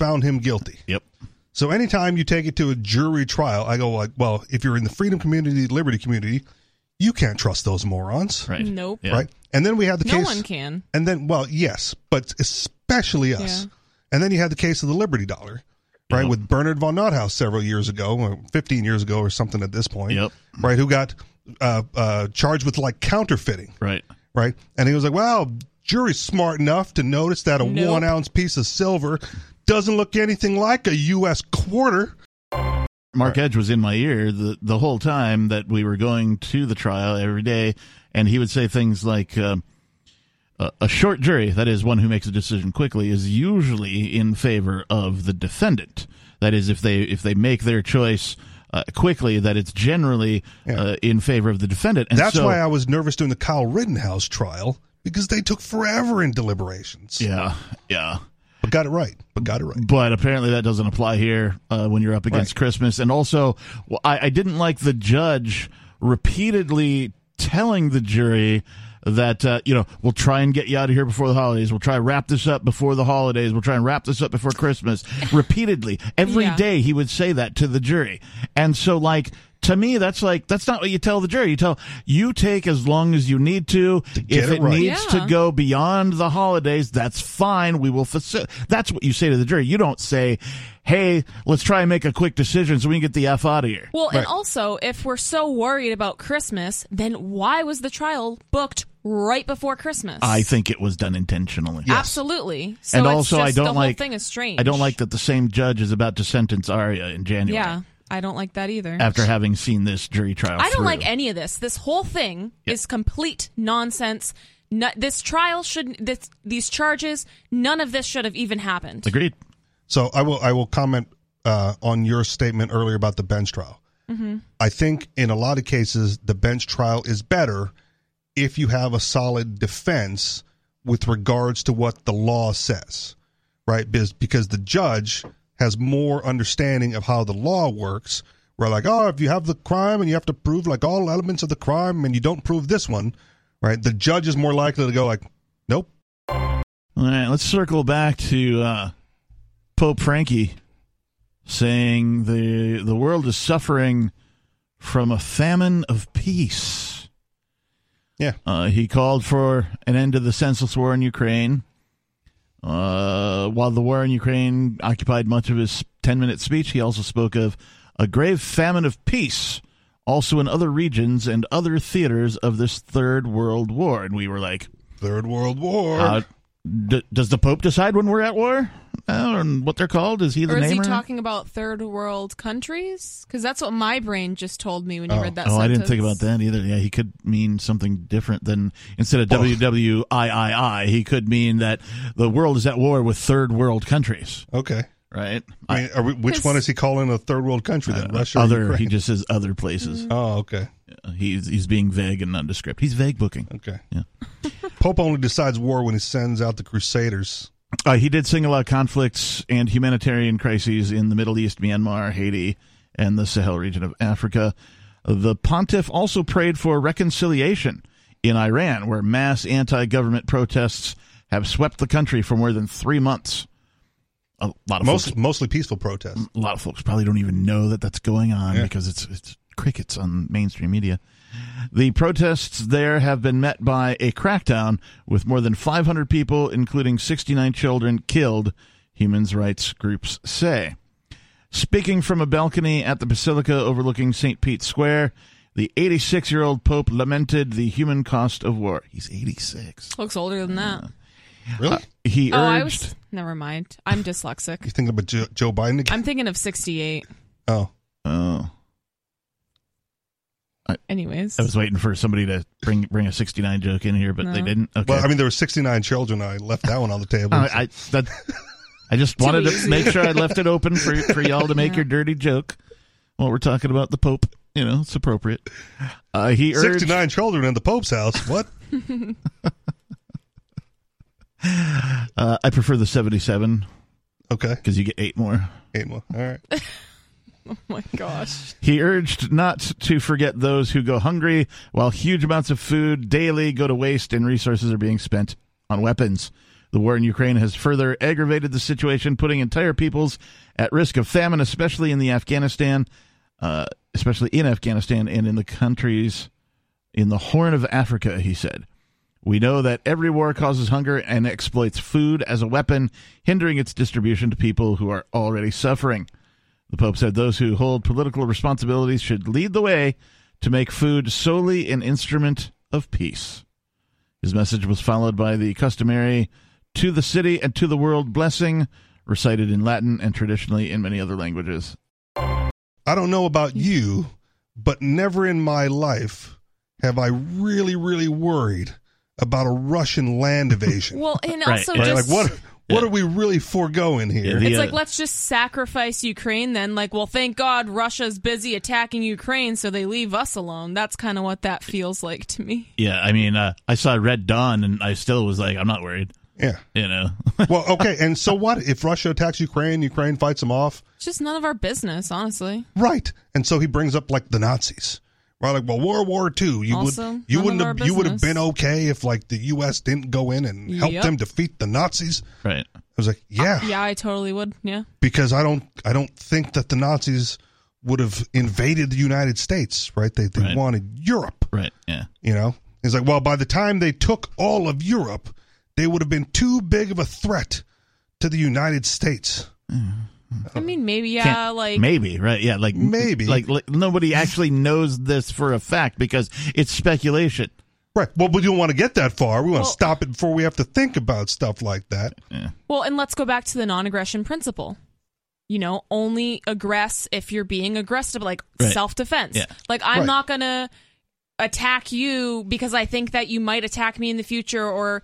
found him guilty.
Yep.
So anytime you take it to a jury trial, I go like, well, if you're in the freedom community, liberty community, you can't trust those morons,
Right.
Nope.
Yeah.
right? And then we had the
No
case,
one can.
and then well, yes, but especially us.
Yeah.
And then you had the case of the Liberty Dollar, right,
Yep.
with Bernard von Nothaus several years ago, or 15 years ago, or something at this point,
Yep.
right? Who got uh, uh, charged with like counterfeiting
Right.
right? And he was like, "Wow, jury's smart enough to notice that a
Nope.
one ounce piece of silver doesn't look anything like a U.S. quarter."
Mark Edge was in my ear the the whole time that we were going to the trial every day, and he would say things like, um, "A a short jury, that is one who makes a decision quickly, is usually in favor of the defendant. That is, if they if they make their choice." Uh, quickly, that it's generally uh, in favor of the defendant. And
That's
so-
why I was nervous doing the Kyle Rittenhouse trial because they took forever in deliberations.
yeah, yeah.
But got it right. But got it right.
but apparently that doesn't apply here uh, when you're up against Christmas. And also, well, I, I didn't like the judge repeatedly telling the jury that uh, you know we'll try and get you out of here before the holidays. We'll try and wrap this up before the holidays. We'll try and wrap this up before Christmas. repeatedly, every day
Yeah.
he would say that to the jury, and so like. To me, that's like that's not what you tell the jury. You tell you take as long as you need to.
get
if
it
it
right.
needs to
Yeah.
go beyond the holidays, that's fine. We will facilitate. That's what you say to the jury. You don't say, "Hey, let's try and make a quick decision so we can get the f out of here."
Well, and also, if we're so worried about Christmas, then why was the trial booked right before Christmas?
I think it was done intentionally.
absolutely. So
and
it's
also,
just,
I don't
the whole
like.
thing is strange.
I don't like that the same judge is about to sentence Aria in January.
Yeah, I don't like that either.
After having seen this jury trial,
I don't
through.
like any of this. This whole thing
Yeah.
is complete nonsense. No, this trial should this these charges. None of this should have even happened.
Agreed.
So I will I will comment uh, on your statement earlier about the bench trial. I think in a lot of cases the bench trial is better if you have a solid defense with regards to what the law says, right? Because because the judge has more understanding of how the law works. Where like, oh, if you have the crime and you have to prove like all elements of the crime and you don't prove this one, right? The judge is more likely to go like, nope,
All right, let's circle back to uh, Pope Frankie saying the the world is suffering from a famine of peace.
Yeah.
uh, he called for an end to the senseless war in Ukraine. Uh, while the war in Ukraine occupied much of his ten minute speech, he also spoke of a grave famine of peace. Also, in other regions and other theaters of this third world war, and we were like,
third world war.
uh, d- does the Pope decide when we're at war? Uh, uh, and what they're called? Is he the
or is
namer?
he talking about third world countries? Because that's what my brain just told me when you
Oh.
read that.
oh, I didn't think about
sentence.
that either. Yeah, he could mean something different than instead of WWIII, he could mean that the world is at war with third world countries,
Okay.
right?
I mean, are we, which
Cause-
one is he calling a third world country then?
Uh,
Russia or
other, he
Ukraine?
just says other places.
Oh, okay.
Mm-hmm.
Uh, He's he's being vague and nondescript. He's vague booking.
Okay.
Yeah.
Pope only decides war when he sends out the Crusaders.
Uh, he did sing about conflicts and humanitarian crises in the Middle East, Myanmar, Haiti, and the Sahel region of Africa. The pontiff also prayed for reconciliation in Iran, where mass anti government protests have swept the country for more than three months. A lot of
Most,
folks,
mostly peaceful protests.
a lot of folks probably don't even know that that's going on
Yeah.
because it's it's crickets on mainstream media. The protests there have been met by a crackdown with more than 500 people, including 69 children, killed, human rights groups say. Speaking from a balcony at the Basilica overlooking St. Pete's Square, the 86 year old Pope lamented the human cost of war. He's 86.
Looks older than that.
Mm.
Really?
He urged.
oh, I was. Never mind. I'm dyslexic.
you thinking about Joe, Joe Biden again?
I'm thinking of 68.
oh.
Oh.
Anyways,
I was waiting for somebody to bring bring a 69 joke in here, but they
No.
didn't. Okay. Oh,
Well, I mean, there were 69 children. I left that one on the table.
I, I, that, I just wanted to
easy.
make sure I left it open for for y'all to make
Yeah.
your dirty joke while we're talking about the Pope. You know, it's appropriate. Uh, he urged
69 children in the Pope's house. What?
Uh, I prefer the 77
Okay.
because you get eight more.
Eight more. All right.
oh my gosh.
He urged not to forget those who go hungry while huge amounts of food daily go to waste and resources are being spent on weapons. The war in Ukraine has further aggravated the situation, putting entire peoples at risk of famine, especially in the Afghanistan, uh, especially in Afghanistan and in the countries in the Horn of Africa, he said. We know that every war causes hunger and exploits food as a weapon, hindering its distribution to people who are already suffering. The Pope said those who hold political responsibilities should lead the way to make food solely an instrument of peace. His message was followed by the customary to the city and to the world blessing, recited in Latin and traditionally in many other languages.
I don't know about you, but never in my life have I really, really worried about a Russian land invasion.
Well, and
Right.
also
Yeah.
Right?
just
like, what, what
Yeah.
are we really foregoing here?
Yeah, the,
It's like
uh,
let's just sacrifice Ukraine then. Like, well, thank God Russia's busy attacking Ukraine, so they leave us alone. That's kind of what that feels like to me.
Yeah, I mean, uh, I saw Red Dawn and I still was like, I'm not worried.
yeah.
You know,
Well, okay. And so what? If Russia attacks Ukraine, Ukraine fights them off.
It's just none of our business, honestly.
Right. And so he brings up like the Nazis. Right, like well, World War Two. You
Also,
would, you
none
wouldn't
of
have,
our
you would have
business.
been okay if like the U.S. didn't go in and help
Yep. Uh,
them defeat the Nazis.
right?
I was like, yeah,
Yeah, I totally would. Yeah.
because I don't, I don't think that the Nazis would have invaded the United States. Right? They, they
Right.
wanted Europe.
Right. Yeah.
You know, he's like, well, by the time they took all of Europe, they would have been too big of a threat to the United States.
I mean, maybe
Can't-
yeah, like
maybe right yeah like
Maybe.
like, like nobody actually knows this for a fact because it's speculation
Right. Well, we don't want to get that far. We want to
Well-
stop it before we have to think about stuff like that.
Well, and let's go back to the non aggression principle. You know, only aggress if you're being aggressive, like
Right.
self defense.
Yeah.
Like, I'm
Right.
not going to attack you because I think that you might attack me in the future or.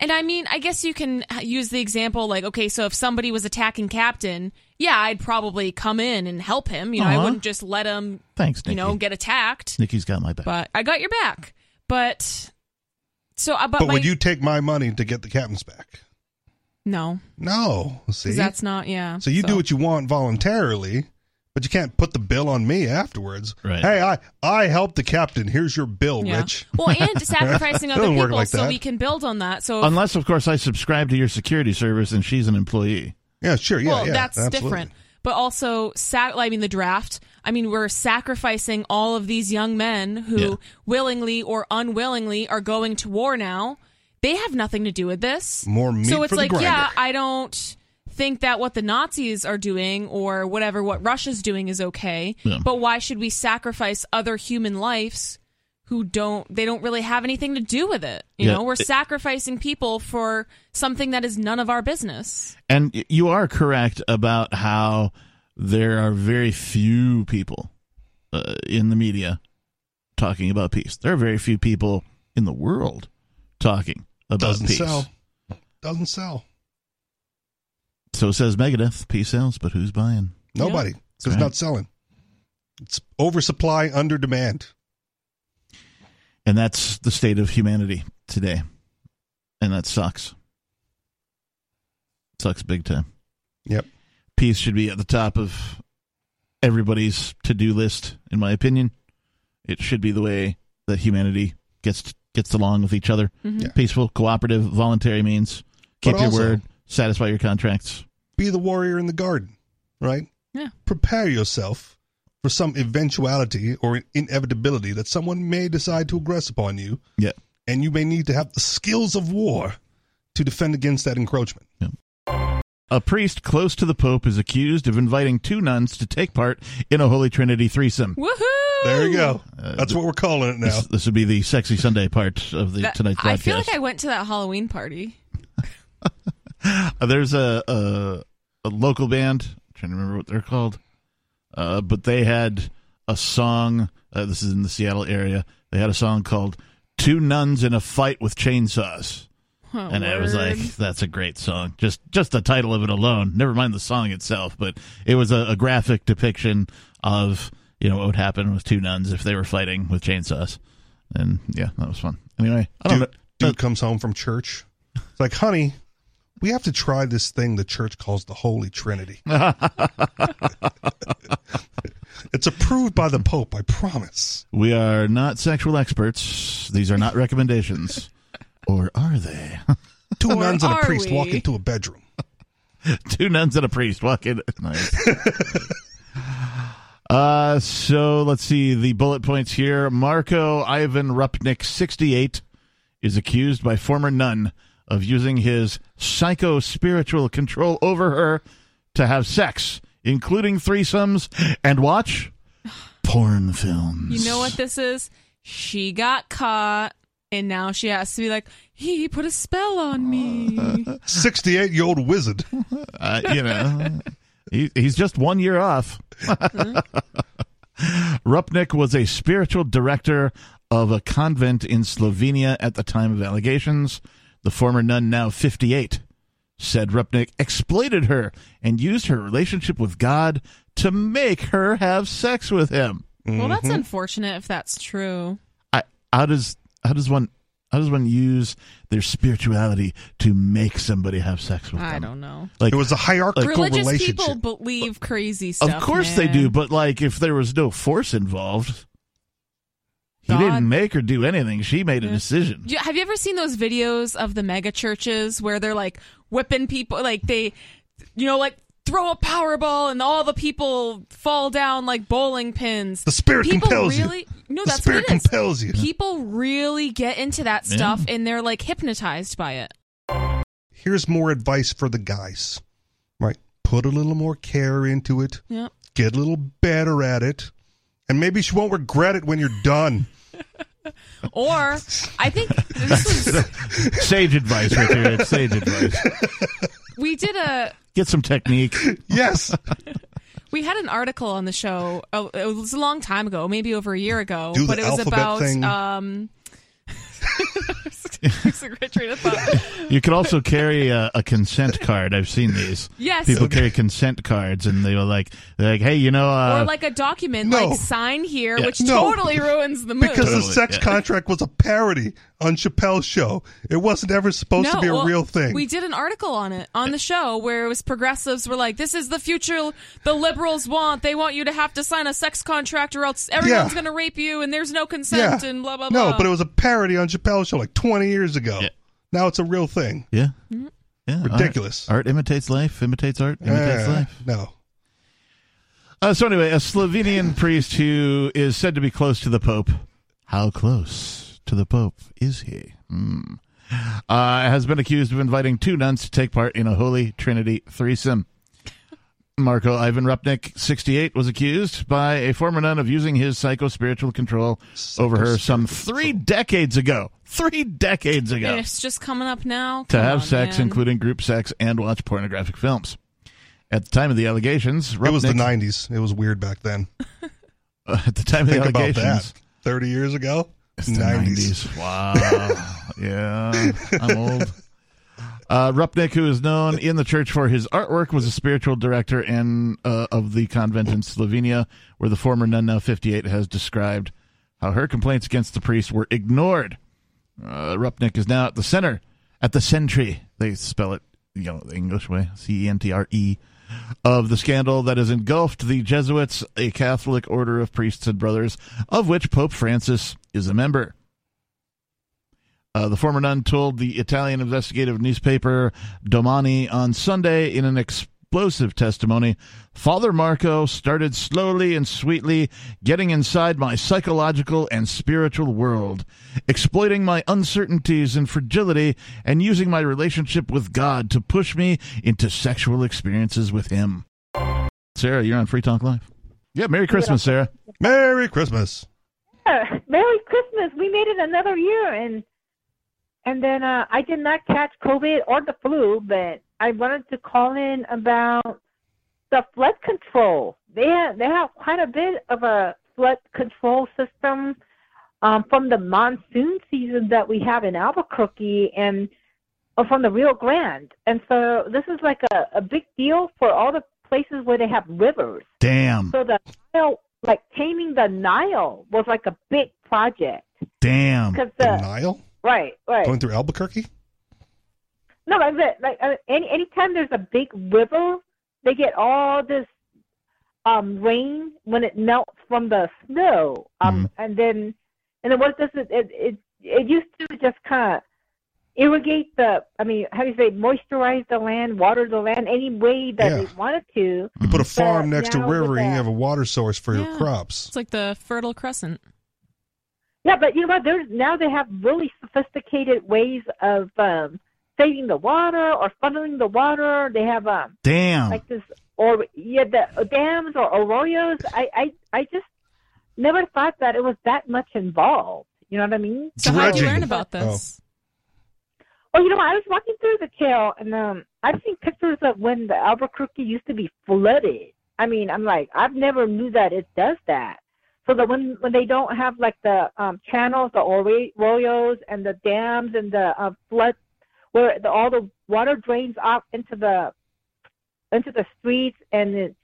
And I mean, I guess you can h- use the example like, okay, so if somebody was attacking Captain, yeah, I'd probably come in and help him. You know,
Uh-huh.
I wouldn't just let him,
thanks
you
Nikki.
know, get attacked.
Nikki's got my back
But I got your back. But so, uh, but,
But
my,
would you take my money to get the captain's back?
no,
No. See?
because that's not, yeah.
so you do what you want voluntarily, but you can't put the bill on me afterwards.
Right.
Hey, I I helped the captain. Here's your bill, Rich.
Well, and sacrificing other
Doesn't work
people
like
so
that.
we can build on that. So,
unless of course i subscribe to your security service and she's an employee
Yeah, sure. Yeah,
well,
yeah.
that's
absolutely.
different. But also, sac- I mean, the draft. I mean, we're sacrificing all of these young men who
Yeah.
willingly or unwillingly are going to war now. They have nothing to do with this.
More meat
so
for
it's
the
like,
grinder.
yeah, I don't think that what the Nazis are doing or whatever what Russia's doing is okay.
Yeah.
But why should we sacrifice other human lives who don't they don't really have anything to do with it. You
Yeah.
know, we're
It-
sacrificing people for something that is none of our business.
And y- you are correct about how there are very few people uh, in the media talking about peace. There are very few people in the world talking about
Doesn't
peace.
sell. Doesn't sell.
So it says Megadeth, peace sells, but who's buying?
Nobody. 'cause
Right.
it's not selling. It's oversupply, under demand.
And that's the state of humanity today. And that sucks. Sucks big time.
Yep.
Peace should be at the top of everybody's to do list, in my opinion. It should be the way that humanity gets gets along with each other.
Mhm.
Yeah.
Peaceful, cooperative, voluntary means. Keep
But
your
also-
word, satisfy your contracts.
Be the warrior in the garden, right?
Yeah.
Prepare yourself for some eventuality or inevitability that someone may decide to aggress upon you,
Yeah.
and you may need to have the skills of war to defend against that encroachment.
A priest close to the Pope is accused of inviting two nuns to take part in a Holy Trinity threesome.
Woohoo!
There you go.
Uh,
That's what we're calling it now.
This, this would be the sexy Sunday part of the
That-
tonight's
I
broadcast.
feel like I went to that Halloween party.
Uh, There's a, a a local band. I'm trying to remember what they're called, uh, but they had a song. Uh, this is in the Seattle area. They had a song called Two Nuns in a Fight with Chainsaws."
Oh,
and I was
word.
like, "That's a great song." Just just the title of it alone. Never mind the song itself, but it was a, a graphic depiction of you know what would happen with two nuns if they were fighting with chainsaws, and yeah, that was fun. Anyway, I don't
dude,
know.
dude comes home from church. It's like, honey, we have to try this thing the church calls the Holy Trinity. it's approved by the Pope, I promise.
We are not sexual experts. These are not recommendations, or are they?
Two
Or
nuns and a
are
priest walk
we?
into a bedroom.
two nuns and a priest walk in. Nice. uh, so let's see the bullet points here. Marco Ivan Rupnik, 68, is accused by former nun of using his psycho spiritual control over her to have sex, including threesomes and watch porn films.
You know what this is? She got caught, and now she has to be like, he put a spell on me.
68 year old wizard.
uh, you know, he, he's just one year off. Rupnik was a spiritual director of a convent in Slovenia at the time of allegations. The former nun, now 58, said Rupnik exploited her and used her relationship with God to make her have sex with him.
Well, that's
Mm-hmm.
unfortunate if that's true.
I, how does how does one how does one use their spirituality to make somebody have sex with them?
I don't know.
Like
It was a hierarchical
Religious
relationship.
people believe crazy stuff.
Of course they
man.
do, but like if there was no force involved, he
God.
didn't make her do anything. She made a decision.
Do you- have you ever seen those videos of the mega churches where they're like whipping people, like they, you know, like throw a Powerball and all the people fall down like bowling pins?
The spirit
people
compels you.
really, No,
the
that's
spirit
what it is.
compels you.
People really get into that stuff and they're like hypnotized by it.
Here's more advice for the guys, right? Put a little more care into it.
Yep.
get a little better at it, and maybe she won't regret it when you're done.
Or I think this was
Sage advice, Richard. It's sage advice.
we did a
Get some technique.
yes,
we had an article on the show. Oh, it was a long time ago, maybe over a year ago,
Do
but
the
it was
alphabet
about
thing.
um. It's a great train of thought.
You could also carry a, a consent card. I've seen these.
Yes.
People carry consent cards, and they were like, they're like, hey, you know, uh,
or like a document,
No.
like sign here,
Yeah.
which
No.
totally ruins the mood.
because the
Totally,
sex
yeah.
contract was a parody on Chappelle's show. It wasn't ever supposed to be a
well,
real thing.
We did an article on it on the show where it was progressives were like, "This is the future the liberals want. They want you to have to sign a sex contract, or else everyone's
Yeah.
going to rape you, and there's no
yeah,
consent, and blah blah
no,
blah."
but it was a parody on Chappelle's show like 20 years ago.
Yeah.
Now it's a real thing.
yeah.
Mm-hmm.
Yeah, art-
Ridiculous.
Art, imitates life, imitates art, imitates
Eh,
life.
no,
Uh, so anyway, a Slovenian priest who is said to be close to the Pope. How close to the Pope is he? Hmm. Uh, has been accused of inviting two nuns to take part in a Holy Trinity threesome. Marco Ivan Rupnik, 68, was accused by a former nun of using his psycho spiritual control over her some three decades ago. Three decades ago.
It's just coming up now.
to
Come
have
on,
sex,
man.
including group sex, and watch pornographic films. At the time of the allegations, Rupnik,
It was the 90s. It was weird back then.
uh, at the time of the
Think about
allegations,
that. 30 years ago?
It's the 90s. Wow. yeah, I'm old. Uh, Rupnik, who is known in the church for his artwork, was a spiritual director and uh, of the convent in Slovenia, where the former nun, now 58, has described how her complaints against the priest were ignored. Uh, Rupnik is now at the center, at the sentry. They spell it, you know, the English way, C E N T R E, of the scandal that has engulfed the Jesuits, a Catholic order of priests and brothers, of which Pope Francis is a member. Uh, the former nun told the Italian investigative newspaper Domani on Sunday in an explosive testimony Father Marco started slowly and sweetly getting inside my psychological and spiritual world, exploiting my uncertainties and fragility, and using my relationship with God to push me into sexual experiences with Him. Sarah, you're on Free Talk Live. Yeah, Merry Christmas, Sarah.
Merry Christmas.
Yeah, Merry Christmas. We made it another year, and and then uh, I did not catch COVID or the flu, but I wanted to call in about the flood control. They have, they have quite a bit of a flood control system um, from the monsoon season that we have in Albuquerque and or from the Rio Grande, and so this is like a, a big deal for all the places where they have rivers.
Damn.
So the Nile, like taming the Nile, was like a big project
Damn.
because
The
the
Nile?
right, right.
Going through Albuquerque?
No, like that, like uh, any anytime there's a big river, they get all this um rain when it melts from the snow, um,
Mm-hmm.
and then and then what does it it it, it used to just kind of irrigate the I mean how do you say moisturize the land, water the land any way that
Yeah.
they wanted to.
You put a farm
But
next to a
now with
river and you
that-
have a water source for your
Yeah.
crops.
It's like the Fertile Crescent.
Yeah, but you know what? There's now they have really sophisticated ways of um, saving the water or funneling the water. They have um,
Damn.
like this or yeah, the dams or arroyos. I, I I just never thought that it was that much involved. You know what I mean?
So how did you
Dredging.
learn about this?
Oh, you know, what? I was walking through the trail and um, I've seen pictures of when the Albuquerque used to be flooded. I mean, I'm like, I've never knew that it does that. So that when when they don't have like the um, channels, the arroy- arroyos, and the dams and the uh, flood, where the, all the water drains off into the into the streets and it,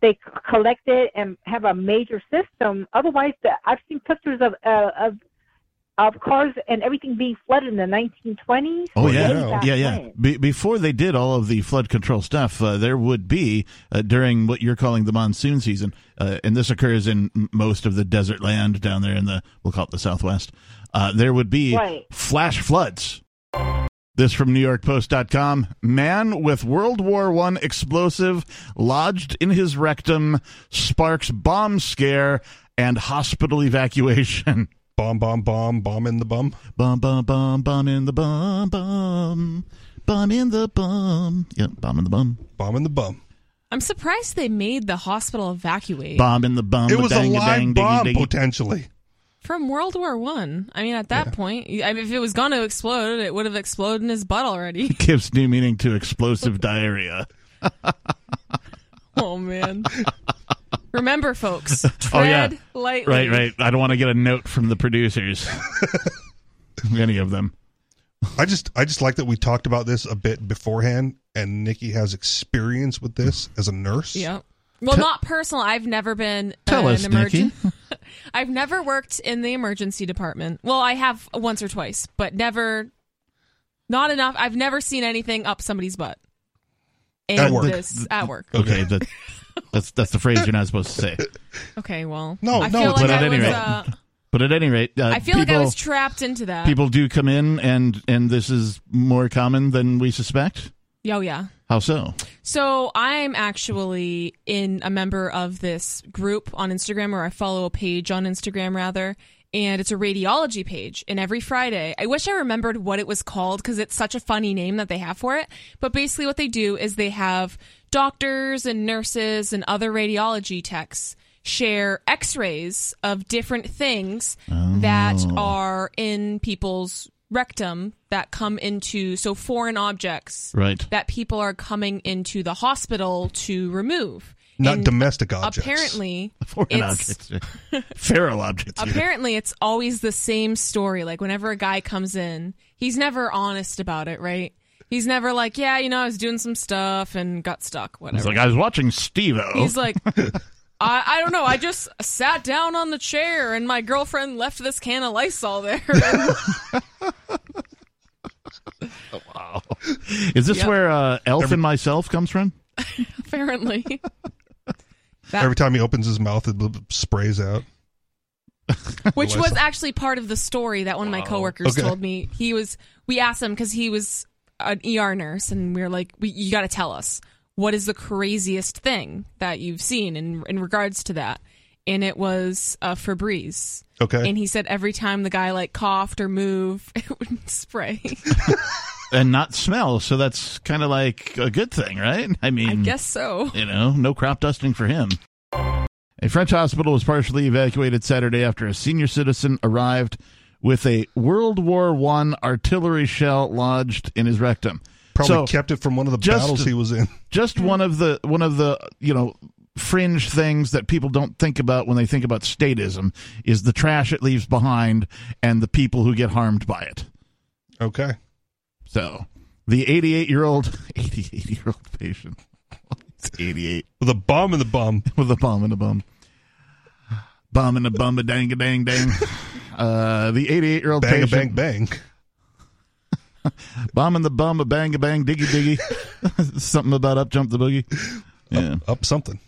they c- collect it and have a major system. Otherwise, the, I've seen pictures of uh, of of cars and everything being flooded in the 1920s.
Oh
Well,
yeah,
yeah.
yeah, yeah. Be- before they did all of the flood control stuff, uh, there would be uh, during what you're calling the monsoon season, uh, and this occurs in m- most of the desert land down there in the we'll call it the Southwest. Uh, there would be
Right.
flash floods. This from NewYorkPost.com. Man with World War I explosive lodged in his rectum sparks bomb scare and hospital evacuation.
Bomb, bomb, bomb, bomb in the bum.
Bum bum bum bum in the bum bum bum in the bum. Yep, bomb in the bum.
Bomb in the bum.
I'm surprised they made the hospital evacuate
Bomb in the bum.
it was a
dang,
live
dang, diggy,
bomb,
diggy.
potentially.
from World War One. I. mean, at that point, I mean, if it was going to explode, it would have exploded in his butt already.
Gives new meaning to explosive diarrhea.
oh man! Remember, folks, tread
Oh, yeah.
lightly.
Right, right. I don't want to get a note from the producers. Any of them.
I just I just like that we talked about this a bit beforehand and Nikki has experience with this as a nurse.
Yeah. Well, not personal. I've never been
Tell
uh,
us,
an emergen-
Nikki.
I've never worked in the emergency department. Well, I have once or twice, but never, not enough. I've never seen anything up somebody's butt. And
At work.
This, at work.
Okay, that, that's that's the phrase you're not supposed to say.
Okay, well,
No,
I
no,
feel
it's
like
not. But at
I
any
was,
rate-
uh,
But at any rate, uh,
I feel like I
people-
was trapped into that.
people do come in, and and this is more common than we suspect.
Yeah, oh, yeah.
How so?
So I'm actually in a member of this group on Instagram, or I follow a page on Instagram rather, and it's a radiology page. And every Friday, I wish I remembered what it was called because it's such a funny name that they have for it. But basically, what they do is they have doctors and nurses and other radiology techs share x rays of different things that
Oh.
are in people's rectum that come into, so foreign objects
Right.
that people are coming into the hospital to remove.
Not
And
domestic objects.
Apparently,
Foreign
it's
objects. Feral objects.
apparently it's always the same story. Like whenever a guy comes in, he's never honest about it, right? He's never like, yeah, you know, I was doing some stuff and got stuck,
It's
whatever.
like I was watching Steve
He's like, I, I don't know. I just sat down on the chair and my girlfriend left this can of Lysol there.
Is this
Yep.
where uh, Elf and myself comes from?
Apparently.
Every time he opens his mouth, it bl- sprays out.
which
Lysol.
was actually part of the story that one of my coworkers
Okay.
told me. He was, we asked him because he was an ER nurse, and we were like, we, "You got to tell us what is the craziest thing that you've seen in in regards to that." And it was uh, Febreze,
Okay.
and he said every time the guy like coughed or moved, it would spray.
And not smell. So that's kind of like a good thing, right? I mean,
I guess so.
You know, no crop dusting for him. A French hospital was partially evacuated Saturday after a senior citizen arrived with a World War One artillery shell lodged in his rectum.
Probably
so-
kept it from one of the
just-
battles he was in.
Just one of the one of the you know fringe things that people don't think about when they think about statism is the trash it leaves behind and the people who get harmed by it.
Okay.
So the 88 year old 88 year old patient. It's 88.
With a bomb in the bum.
with a bomb and a bum. Bomb and a bum a dang a dang dang. Uh, the 88 year old
Bang, a
patient.
bang, bang.
Bomb and the bum a bang a bang diggy diggy. Something about up jump the boogie. Yeah.
Up something.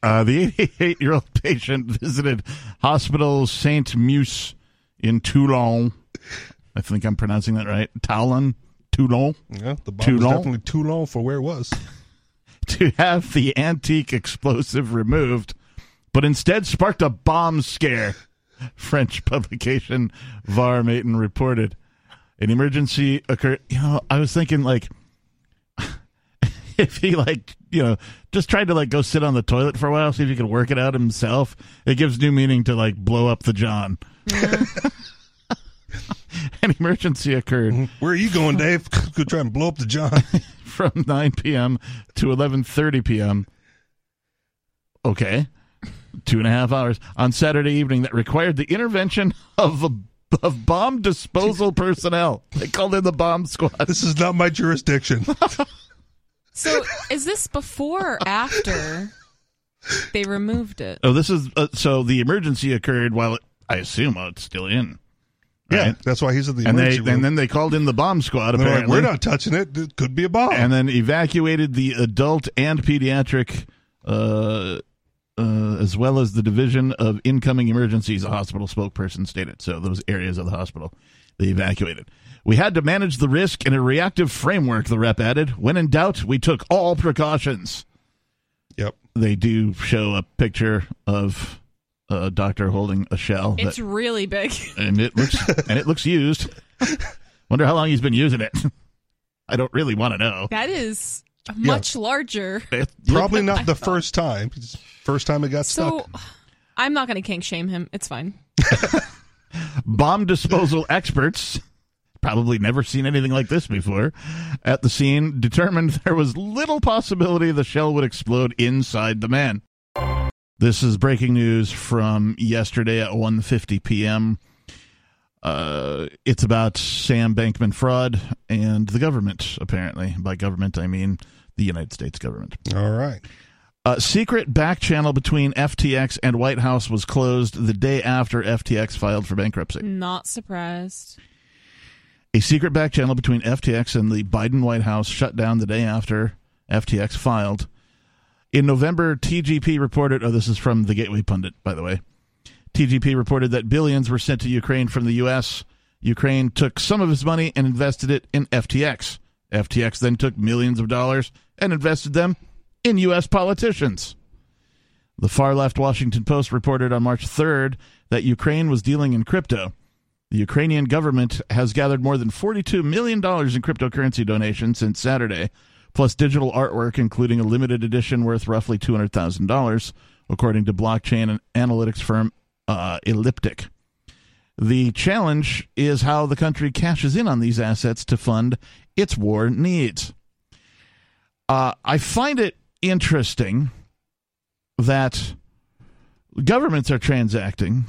Uh, the 88 year old patient visited Hospital Saint Muse in Toulon. I think I'm pronouncing that right. Toulon. Toulon.
Yeah, the bomb
Too
was
long?
definitely too long for where it was.
to have the antique explosive removed, but instead sparked a bomb scare. French publication Var Maiten reported. An emergency occurred. You know, I was thinking like if he like you know just tried to like go sit on the toilet for a while, see if he could work it out himself. It gives new meaning to like blow up the John. An emergency occurred
Where are you going, Dave? Go try and blow up the John.
from 9 p.m. to 11:30 p.m. Okay, two and a half hours on Saturday evening that required the intervention of a, of bomb disposal personnel. They called in the bomb squad.
This is not my jurisdiction.
So, is this before or after they removed it?
Oh, this is uh, so the emergency occurred while it, I assume uh, it's still in.
Yeah,
Right.
that's why he's in the
And they
emergency room.
and then they called in the bomb squad.
And they're like,
Apparently,
we're not touching it. It could be a bomb.
and then evacuated the adult and pediatric, uh, uh, as well as the division of incoming emergencies. A hospital spokesperson stated. So those areas of the hospital, they evacuated. We had to manage the risk in a reactive framework. The rep added, "When in doubt, we took all precautions."
yep.
They do show a picture of a doctor holding a shell, that-
It's really big.
and it looks and it looks used. Wonder how long he's been using it. I don't really want to know.
That is much larger.
It looks-
Probably not the first time. It's the First time it got
So,
stuck.
I'm not going to kink shame him. It's fine.
bomb disposal experts probably never seen anything like this before at the scene determined there was little possibility the shell would explode inside the man this is breaking news from yesterday at 1.50 p.m uh, it's about sam bankman fraud and the government apparently by government i mean the united states government
All right.
a secret back channel between ftx and white house was closed the day after ftx filed for bankruptcy
Not surprised.
A secret back channel between FTX and the Biden White House shut down the day after FTX filed. In November, TGP reported, oh, this is from the Gateway Pundit, by the way. TGP reported that billions were sent to Ukraine from the U.S. Ukraine took some of his money and invested it in FTX. FTX then took millions of dollars and invested them in U.S. politicians. The far left Washington Post reported on March 3rd that Ukraine was dealing in crypto. The Ukrainian government has gathered more than $42 million in cryptocurrency donations since Saturday, plus digital artwork, including a limited edition worth roughly $200,000, according to blockchain and analytics firm uh, Elliptic. The challenge is how the country cashes in on these assets to fund its war needs. Uh, I find it interesting that governments are transacting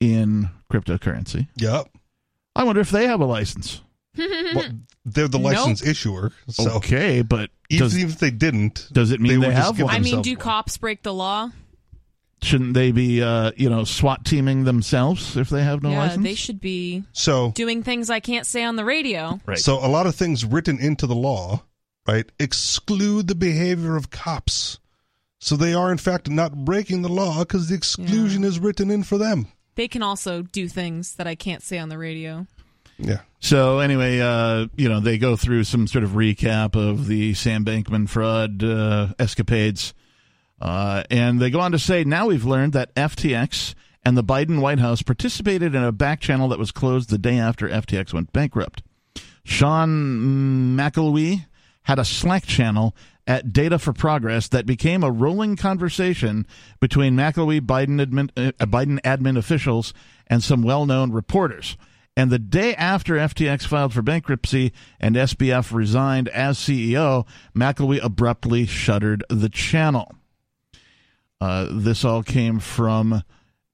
in cryptocurrency.
Yep.
I wonder if they have a license.
Well, they're the
Mm-hmm. Nope.
license issuer, so
okay, but
even,
does,
even if they didn't,
does it mean
they
they,
would just
have
give
one?
I mean,
themselves
do
one.
cops break the law?
Shouldn't they be, uh, you know, SWAT teaming themselves if they have no
yeah,
license?
they should be
so
doing things I can't say on the radio.
Right.
So a lot of things written into the law, right, exclude the behavior of cops. So they are in fact not breaking the law because the exclusion is written in for them.
They can also do things that I can't say on the radio.
Yeah.
So anyway, uh, you know, they go through some sort of recap of the Sam Bankman fraud uh, escapades, uh, and they go on to say, now we've learned that FTX and the Biden White House participated in a back channel that was closed the day after FTX went bankrupt. Sean McElwee had a Slack channel at Data for Progress that became a rolling conversation between McElwee, Biden admin, uh, Biden admin officials, and some well-known reporters. And the day after FTX filed for bankruptcy and SBF resigned as CEO, McElwee abruptly shuttered the channel. Uh, this all came from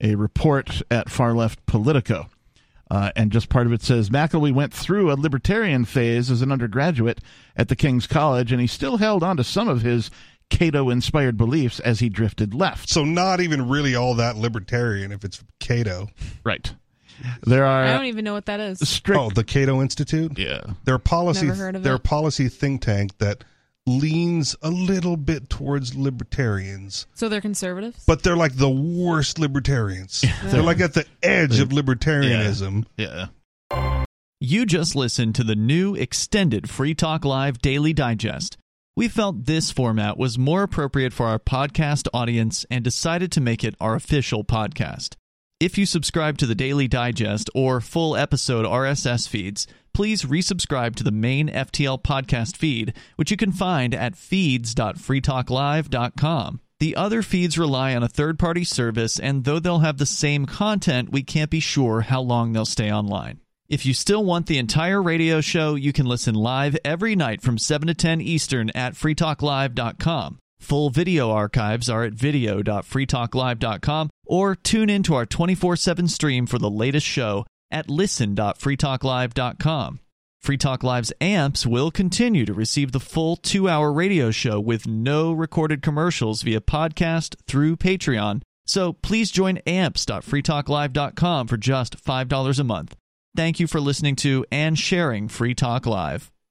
a report at far left Politico. Uh, and just part of it says McElwee went through a libertarian phase as an undergraduate at the King's College, and he still held on to some of his Cato inspired beliefs as he drifted left.
So not even really all that libertarian if it's Cato.
Right. There
I
are
don't even know what that is.
strict.
Oh, the Cato Institute.
yeah.
Their policy
Never heard of
their
it.
policy think tank that leans a little bit towards libertarians.
So they're conservatives?
But they're like the worst libertarians. They're like at the edge of libertarianism.
Yeah.
You just listened to the new extended Free Talk Live Daily Digest. We felt this format was more appropriate for our podcast audience and decided to make it our official podcast. If you subscribe to the Daily Digest or full episode RSS feeds, please resubscribe to the main FTL podcast feed, which you can find at feeds.freetalklive.com. The other feeds rely on a third party service, and though they'll have the same content, we can't be sure how long they'll stay online. If you still want the entire radio show, you can listen live every night from 7 to 10 Eastern at freetalklive.com. Full video archives are at video.freetalklive.com or tune into our 24 7 stream for the latest show at listen.freetalklive.com. Free Talk Live's amps will continue to receive the full two hour radio show with no recorded commercials via podcast through Patreon. So please join amps.freetalklive.com for just $5 a month. Thank you for listening to and sharing Free Talk Live.